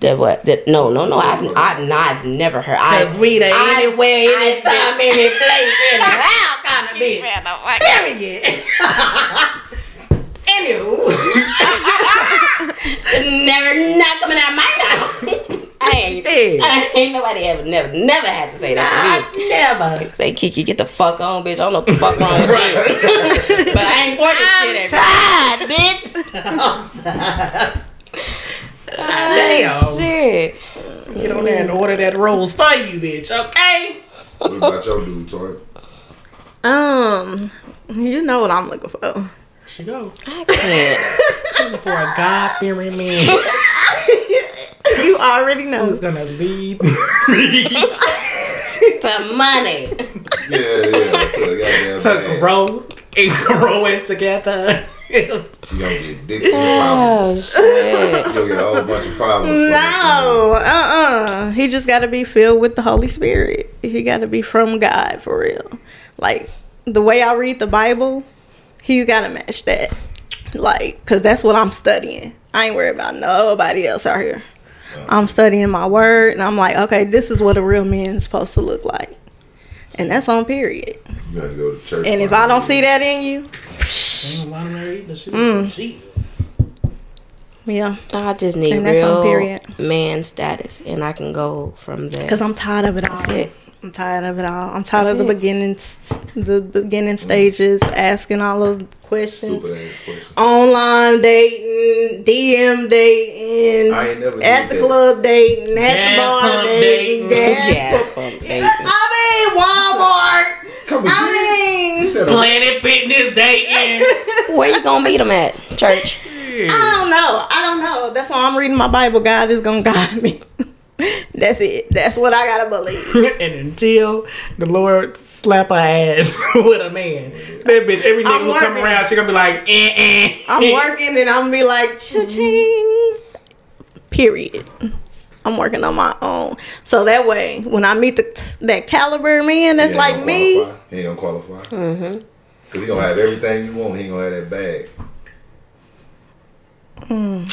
Speaker 3: That what? That no, no, no. I've I've, I've never heard. I
Speaker 2: Cause we the
Speaker 3: I-
Speaker 2: anyway, anytime,
Speaker 3: time,
Speaker 2: any place, any how kind of bitch. Period. Anywho,
Speaker 3: never not coming out of my mouth. I ain't.
Speaker 2: yeah,
Speaker 3: I ain't nobody ever never never had to say that to me.
Speaker 2: I never.
Speaker 3: Say Kiki, get the fuck on, bitch. I don't know what the fuck wrong with you. but I ain't for this shit. at-
Speaker 2: tired, bitch. I'm tired. Damn.
Speaker 3: Shit.
Speaker 2: Get on there and order that rolls for you, bitch. Okay.
Speaker 4: What about your dude, Tori?
Speaker 1: Um, you know what I'm looking for.
Speaker 2: She go
Speaker 3: I can't.
Speaker 2: for a God fearing man
Speaker 1: You already know.
Speaker 2: who's gonna lead.
Speaker 3: to money.
Speaker 4: Yeah, yeah. To, the goddamn
Speaker 2: to
Speaker 4: man.
Speaker 2: grow and growing together.
Speaker 4: She gonna get dick in the problems.
Speaker 3: shit.
Speaker 4: She gonna get a whole bunch of problems.
Speaker 1: No, uh, uh He just got to be filled with the Holy Spirit. He got to be from God for real. Like the way I read the Bible, he's got to match that. Like, cause that's what I'm studying. I ain't worried about nobody else out here. I'm studying my word, and I'm like, okay, this is what a real man's supposed to look like, and that's on period.
Speaker 4: You gotta go to church.
Speaker 1: And if I don't see that in you, yeah,
Speaker 3: I just need
Speaker 1: And that's on
Speaker 3: real
Speaker 1: period.
Speaker 3: man status, and I can go from there.
Speaker 1: cause I'm tired of it all.
Speaker 3: That's it.
Speaker 1: I'm tired of it all. I'm tired of
Speaker 3: That's
Speaker 1: the
Speaker 3: it.
Speaker 1: beginning, the beginning stages, asking all those questions,
Speaker 4: Stupid ass question.
Speaker 1: online dating, DM dating,
Speaker 4: I ain't never
Speaker 1: Oh, at
Speaker 4: did
Speaker 1: the
Speaker 4: that.
Speaker 1: club dating, at the
Speaker 2: Gas
Speaker 1: bar
Speaker 2: pump
Speaker 1: dating,
Speaker 2: dating.
Speaker 1: gas
Speaker 3: Yeah,
Speaker 1: pump-
Speaker 3: fuck, baby.
Speaker 1: I mean Walmart.
Speaker 4: Come on,
Speaker 1: I
Speaker 4: you
Speaker 1: mean,
Speaker 4: said a
Speaker 2: Planet Fitness dating.
Speaker 3: Where you gonna meet him at? Church.
Speaker 1: I don't know. I don't know. That's why I'm reading my Bible. God is gonna guide me. That's it. That's what I gotta believe.
Speaker 2: and until the Lord slap her ass with a man, that bitch every
Speaker 1: I'm
Speaker 2: nigga who come
Speaker 1: working.
Speaker 2: around, she gonna be like, eh, eh.
Speaker 1: I'm
Speaker 2: eh.
Speaker 1: working and I'm be like cha-ching. Period. I'm working on my own. So that way, when I meet the that caliber man that's
Speaker 4: He ain't
Speaker 1: like
Speaker 4: gonna
Speaker 1: me,
Speaker 4: qualify. He ain't gonna qualify. Mm-hmm. Cause he gonna have everything you want. He ain't gonna have that bag.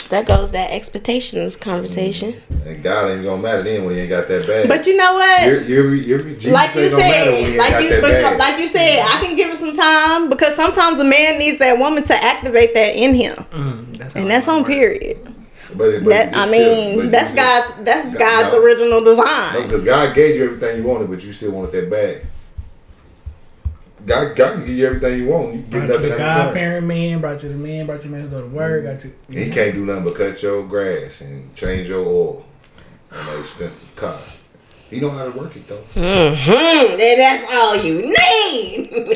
Speaker 3: That goes that expectations conversation.
Speaker 4: And God ain't gonna matter then when he ain't got that bag.
Speaker 1: but you know what?
Speaker 4: your your your Jesus
Speaker 1: like you
Speaker 4: ain't gonna matter when
Speaker 1: said,
Speaker 4: he ain't
Speaker 1: like
Speaker 4: got
Speaker 1: you,
Speaker 4: that
Speaker 1: but
Speaker 4: bag.
Speaker 1: you- like you said, I can give it some time because sometimes a man needs that woman to activate that in him,
Speaker 2: Mm, that's
Speaker 1: and that's on period.
Speaker 4: but, it- but
Speaker 1: That
Speaker 4: you
Speaker 1: I
Speaker 4: still- but
Speaker 1: mean,
Speaker 4: you
Speaker 1: that's
Speaker 4: still-
Speaker 1: God's that's
Speaker 4: God-
Speaker 1: God's
Speaker 4: God.
Speaker 1: original design.
Speaker 4: Because God gave you everything you wanted, but you still wanted that bag. God, God can give you everything you want. You can get
Speaker 2: Brought you
Speaker 4: nothing
Speaker 2: the
Speaker 4: in return.
Speaker 2: godparent man, brought you the man, brought you the man who go to
Speaker 4: Mm.
Speaker 2: work, got you.
Speaker 4: He can't do nothing but cut your grass and change your oil on an expensive car. He know how to work it though.
Speaker 3: Mm-hmm. And that's all you need.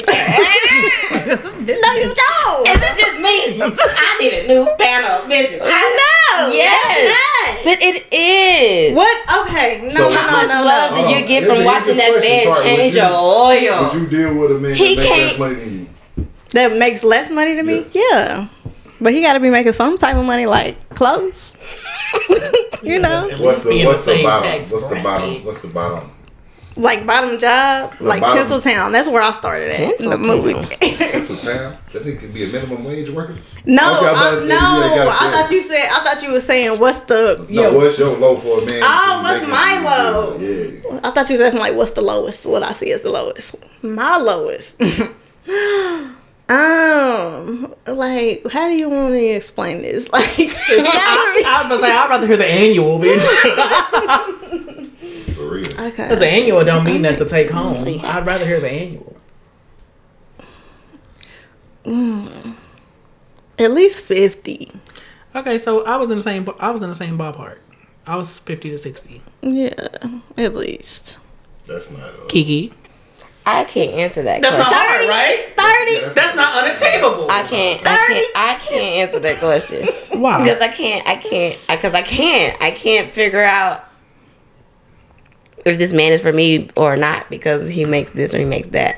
Speaker 1: No, you
Speaker 3: Is
Speaker 1: don't.
Speaker 3: it just me? I need a new panel of bitches.
Speaker 1: I know.
Speaker 3: Yes.
Speaker 1: That's not.
Speaker 3: But it is.
Speaker 1: What? Okay. No,
Speaker 4: So-
Speaker 1: no,
Speaker 3: How
Speaker 1: no,
Speaker 3: much
Speaker 1: no,
Speaker 3: love
Speaker 1: no.
Speaker 4: Hold
Speaker 3: do you
Speaker 4: on.
Speaker 3: get
Speaker 4: This
Speaker 3: from
Speaker 4: is
Speaker 3: watching
Speaker 4: just
Speaker 3: that
Speaker 4: question,
Speaker 3: man
Speaker 4: Cardi. Would
Speaker 3: change
Speaker 4: you-
Speaker 3: your oil?
Speaker 4: Would you deal with a man
Speaker 3: He
Speaker 4: that makes less
Speaker 3: can't-
Speaker 4: money than you?
Speaker 1: That makes less money to me. Yeah. But he got to be making some type of money, like close. you know,
Speaker 4: What's
Speaker 2: Be
Speaker 4: the
Speaker 2: in
Speaker 4: what's the
Speaker 2: same
Speaker 4: bottom?
Speaker 2: tax
Speaker 4: What's the bottom?
Speaker 2: bracket.
Speaker 4: What's the bottom?
Speaker 1: like bottom job, like
Speaker 4: bottom-
Speaker 1: Tinseltown. That's where I started at. in The movie.
Speaker 4: That's what time. That nigga could be a minimum wage worker.
Speaker 1: no,
Speaker 4: Okay, I'm about
Speaker 1: I,
Speaker 4: to say you
Speaker 1: no.
Speaker 4: ain't gotta
Speaker 1: I
Speaker 4: say
Speaker 1: thought
Speaker 4: it.
Speaker 1: you said. I thought you were saying what's the.
Speaker 4: No,
Speaker 2: Yeah.
Speaker 4: what's your low for a man?
Speaker 1: Oh,
Speaker 4: to
Speaker 1: what's
Speaker 4: make
Speaker 1: my
Speaker 4: it?
Speaker 1: low?
Speaker 4: Yeah.
Speaker 1: I thought you was asking like what's the lowest. What I see is the lowest. My lowest. um, like how do you want to explain this? Like the salary.
Speaker 2: I was like, I'd rather hear the annual, bitch.
Speaker 4: For real.
Speaker 2: Because the
Speaker 1: Okay.
Speaker 2: annual don't mean that's to take home. I'd rather hear the annual.
Speaker 1: At least fifty.
Speaker 2: Okay, so I was in the same. ba- I was in the same ballpark. I was fifty to sixty.
Speaker 1: Yeah, at least.
Speaker 4: That's not. Uh,
Speaker 2: Kiki,
Speaker 3: I can't answer that
Speaker 2: that's not
Speaker 3: question.
Speaker 2: hard, right?
Speaker 4: yeah,
Speaker 1: 30.
Speaker 2: That's not unattainable.
Speaker 3: I can't. I can't. I can't answer that question because
Speaker 2: Why?
Speaker 3: I can't. I can't. Because I can't. I can't figure out if this man is for me or not because he makes this or he makes that.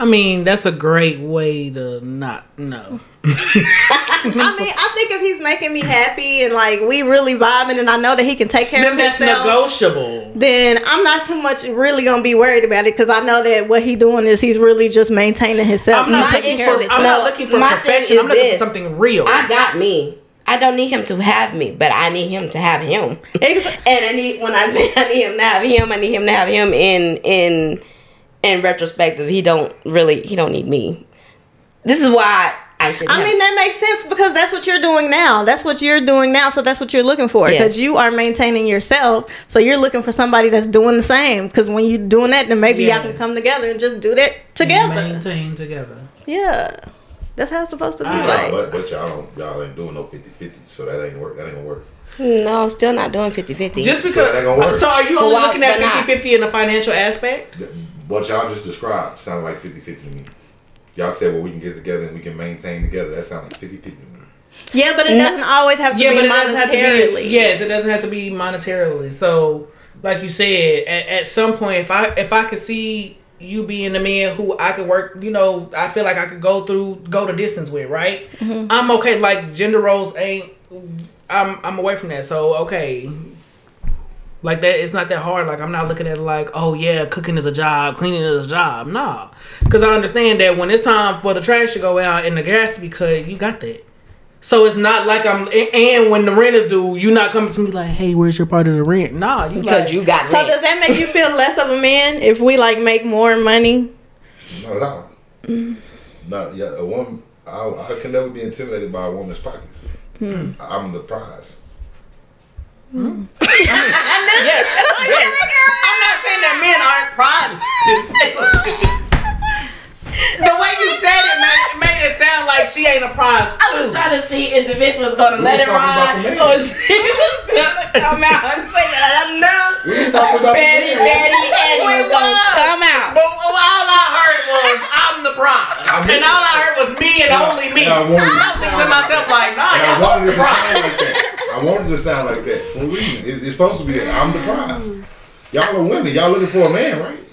Speaker 2: I mean, that's a great way to not know.
Speaker 1: I mean, I think if he's making me happy and like we really vibing and I know that he can take care
Speaker 2: Then
Speaker 1: of
Speaker 2: that's
Speaker 1: himself,
Speaker 2: negotiable.
Speaker 1: then I'm not too much really gonna be worried about it because I know that what he doing is he's really just maintaining himself.
Speaker 2: I'm not
Speaker 1: He's
Speaker 2: looking
Speaker 1: taking
Speaker 2: for.
Speaker 1: care of
Speaker 2: I'm
Speaker 1: himself.
Speaker 2: not
Speaker 3: itself.
Speaker 2: looking for
Speaker 3: My thing
Speaker 2: perfection.
Speaker 3: is
Speaker 2: I'm looking
Speaker 3: this.
Speaker 2: for something real.
Speaker 3: I got me. I don't need him to have me, but I need him to have him.
Speaker 1: Ex-
Speaker 3: And I need when I say I need him to have him, I need him to have him in in in retrospective. He don't really he don't need me. This is why I should
Speaker 1: I
Speaker 3: have-
Speaker 1: mean, that makes sense because that's what you're doing now. That's what you're doing now. So that's what you're looking for because
Speaker 3: Yes.
Speaker 1: you are maintaining yourself. So you're looking for somebody that's doing the same because when you're doing that, then maybe y'all can
Speaker 2: Yes.
Speaker 1: come together and just do that together.
Speaker 2: Maintain together.
Speaker 1: Yeah. That's how it's supposed to be.
Speaker 2: All
Speaker 1: like,
Speaker 2: right.
Speaker 4: But, but y'all don't y'all ain't doing no 50-50, so that ain't work. That ain't gonna work.
Speaker 3: No, still not doing 50-50.
Speaker 2: Just
Speaker 4: So that gonna work.
Speaker 2: because. So are you only
Speaker 3: Well,
Speaker 2: looking at
Speaker 3: but not.
Speaker 2: 50 50 in the financial aspect?
Speaker 4: Th- What y'all just described sounded like 50-50 to me. Y'all said, well, we can get together and we can maintain together. That sounded like 50-50 to me.
Speaker 1: yeah, but it doesn't always have to
Speaker 2: Yeah,
Speaker 1: be
Speaker 2: but it doesn't have to
Speaker 1: monetarily.
Speaker 2: be. Yes, it doesn't have to be monetarily. So, like you said, at, at some point, if I if I could see you being the man who I could work, you know, I feel like I could go through go the distance with, right?
Speaker 1: Mm-hmm.
Speaker 2: I'm okay. Like gender roles ain't. I'm I'm away from that. So okay. Like that, it's not that hard. Like I'm not looking at it like, oh yeah, cooking is a job, cleaning is a job. Nah, because I understand that when it's time for the trash to go out and the gas to be cut, you got that. So it's not like I'm. a- And when the rent is due, you not coming to me like, "Hey, where's your part of the rent?" Nah, you
Speaker 3: because
Speaker 2: like,
Speaker 3: you got
Speaker 1: So
Speaker 3: me.
Speaker 1: does that make you feel less of a man if we like make more money?
Speaker 4: Not at all. Not yeah. A woman, I, I can never be intimidated by a woman's pockets. I'm the prize.
Speaker 2: I'm not saying that men aren't prizes. the way you said it made, it made it sound like she ain't a prize
Speaker 1: Oh.
Speaker 2: too.
Speaker 3: trying to see if the bitch was gonna
Speaker 4: We
Speaker 3: let it
Speaker 4: talking
Speaker 3: ride
Speaker 4: about the
Speaker 3: or
Speaker 4: man.
Speaker 3: she was gonna come out and say that I know.
Speaker 4: We talking about the
Speaker 3: Betty,
Speaker 4: man.
Speaker 3: Betty, Eddie
Speaker 2: We was.
Speaker 3: was gonna come out.
Speaker 2: But all I heard was I'm the prize,
Speaker 4: I mean-
Speaker 2: and all I heard was me and only me.
Speaker 4: And
Speaker 2: I
Speaker 4: I wanted,
Speaker 2: was thinking to myself like, Nah,
Speaker 4: and I
Speaker 2: y'all
Speaker 4: wanted
Speaker 2: was the
Speaker 4: it to
Speaker 2: prize.
Speaker 4: sound like that. I wanted it to sound like that for a reason. It, it's supposed to be that I'm the prize. Y'all are women. Y'all looking for a man, right?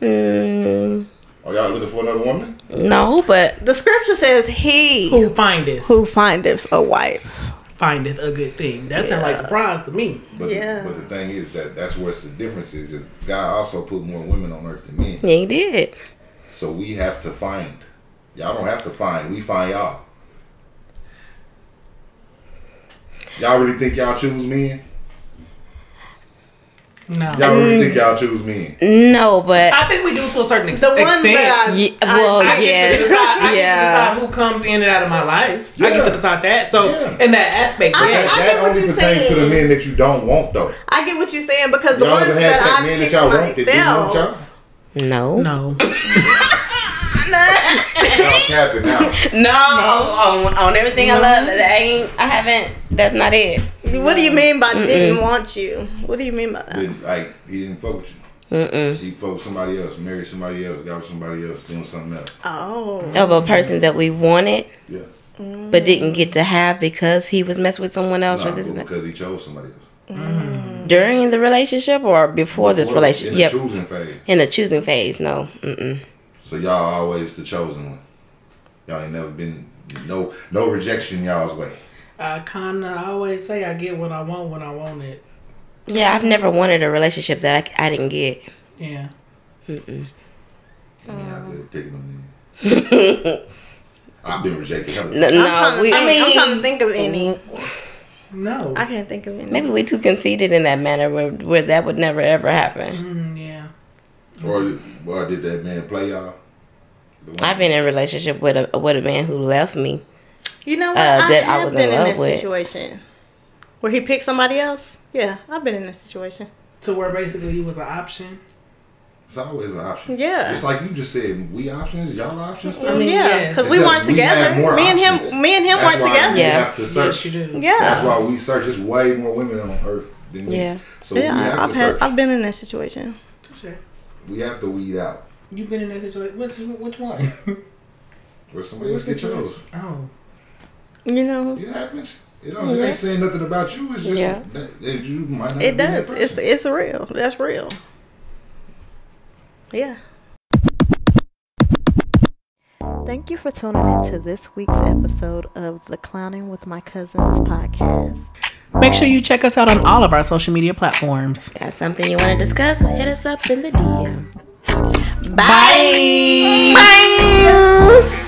Speaker 3: Mm,
Speaker 4: Are y'all looking for another woman?
Speaker 3: no, but
Speaker 1: The scripture says he
Speaker 2: Who findeth
Speaker 1: who findeth a wife.
Speaker 2: findeth a good thing? That sounds like the prize to me.
Speaker 4: But
Speaker 1: Yeah.
Speaker 4: the, but the thing is that that's where the difference is. is God also put more women on earth than men,
Speaker 3: yeah, you did.
Speaker 4: so we have to find. Y'all don't have to find. We find y'all. Y'all really think y'all choose men?
Speaker 2: No,
Speaker 4: Y'all really think y'all choose men?
Speaker 3: No, but
Speaker 2: I think we do to a certain ex-
Speaker 1: The
Speaker 2: extent.
Speaker 1: ones that I,
Speaker 3: Ye-
Speaker 1: I-
Speaker 3: well,
Speaker 1: I-
Speaker 2: I get to
Speaker 3: Yes.
Speaker 2: decide. I
Speaker 3: Yeah.
Speaker 2: get to decide who comes in and out of my life. I get
Speaker 4: Yeah.
Speaker 2: to decide that. So
Speaker 4: Yeah.
Speaker 2: in that aspect,
Speaker 1: I
Speaker 2: yeah.
Speaker 1: think-
Speaker 4: that
Speaker 1: get what
Speaker 4: only
Speaker 1: you're
Speaker 4: pertains to the
Speaker 1: saying.
Speaker 4: men that you don't want, though.
Speaker 1: I get what you're saying because the
Speaker 4: y'all
Speaker 1: ones
Speaker 4: ever had
Speaker 1: that
Speaker 4: that
Speaker 1: I
Speaker 4: man that
Speaker 1: picked
Speaker 4: y'all want that didn't want
Speaker 1: myself,
Speaker 4: y'all?
Speaker 3: No. No.
Speaker 2: No.
Speaker 4: Y'all capping now.
Speaker 3: On, on, on everything I love, I ain't. I haven't. That's not it.
Speaker 1: What do you mean by didn't want you? What do you mean by that?
Speaker 4: Didn't- Like he didn't fuck with you.
Speaker 3: Mm-mm.
Speaker 4: He fucked with somebody else, married somebody else, got with somebody else, doing something else.
Speaker 1: Oh,
Speaker 3: Of a person that we wanted
Speaker 4: Yeah.
Speaker 3: but didn't get to have because he was messing with someone else
Speaker 4: Nah,
Speaker 3: or Oh, this and that.
Speaker 4: because he chose somebody else.
Speaker 3: during the relationship or before this
Speaker 4: Before,
Speaker 3: relationship.
Speaker 4: in
Speaker 3: Yep.
Speaker 4: the choosing phase.
Speaker 3: In the choosing phase, no. Mm-mm.
Speaker 4: So y'all always the chosen one. Y'all ain't never been no no rejection y'all's way.
Speaker 2: I kind of always say I get what I want when I want it.
Speaker 3: Yeah, I've never wanted a relationship that I, I didn't get.
Speaker 2: Yeah.
Speaker 4: And y'all good at picking them in. I've been rejected. hella
Speaker 3: No,
Speaker 1: I'm,
Speaker 3: no,
Speaker 1: trying to
Speaker 3: we,
Speaker 1: think,
Speaker 3: I
Speaker 1: I'm
Speaker 3: mean,
Speaker 1: trying to think of any.
Speaker 2: No.
Speaker 1: I can't think of any.
Speaker 3: maybe we too conceited in that manner where, where that would never ever happen.
Speaker 2: Mm, yeah.
Speaker 4: Or, or did that man play y'all? The one-
Speaker 3: I've been in a relationship with a with a man who left me.
Speaker 1: You know what?
Speaker 3: uh,
Speaker 1: I
Speaker 3: that I
Speaker 1: have
Speaker 3: was in
Speaker 1: been in,
Speaker 3: love
Speaker 1: that
Speaker 3: with.
Speaker 1: situation where he picked somebody else. Yeah, I've been in that situation.
Speaker 2: To where basically you was an option.
Speaker 4: It's always an option.
Speaker 1: Yeah.
Speaker 4: It's like you just said, we options, y'all options.
Speaker 2: I mean,
Speaker 1: yeah,
Speaker 2: yes.
Speaker 1: because we
Speaker 4: Except
Speaker 1: weren't
Speaker 4: we
Speaker 1: together.
Speaker 4: had more
Speaker 1: Me and
Speaker 4: options.
Speaker 1: him, me and him
Speaker 4: That's
Speaker 1: weren't
Speaker 4: why
Speaker 1: together.
Speaker 4: We
Speaker 3: Yeah.
Speaker 4: have to
Speaker 2: Yes,
Speaker 4: search.
Speaker 2: you do.
Speaker 1: Yeah,
Speaker 4: That's why we search. There's way more women on earth than men.
Speaker 3: Yeah.
Speaker 4: So we
Speaker 1: yeah.
Speaker 4: have
Speaker 1: I've
Speaker 4: to
Speaker 1: had,
Speaker 4: search.
Speaker 1: I've been in that situation.
Speaker 2: Touche.
Speaker 4: We have to weed out.
Speaker 2: You been in that situation? Which, which one?
Speaker 4: Or somebody else get chose.
Speaker 2: Oh.
Speaker 1: You know,
Speaker 4: It happens. You know, it ain't saying nothing about you. It's just
Speaker 3: Yeah.
Speaker 4: that, that you might not.
Speaker 1: it
Speaker 4: be that
Speaker 1: does. It's
Speaker 4: person.
Speaker 1: it's real. That's real. Yeah. Thank you for tuning in to this week's episode of the Clowning with My Cousins podcast.
Speaker 2: Make sure you check us out on all of our social media platforms.
Speaker 3: Got something you want to discuss? Hit us up in the DM.
Speaker 1: Bye. Bye.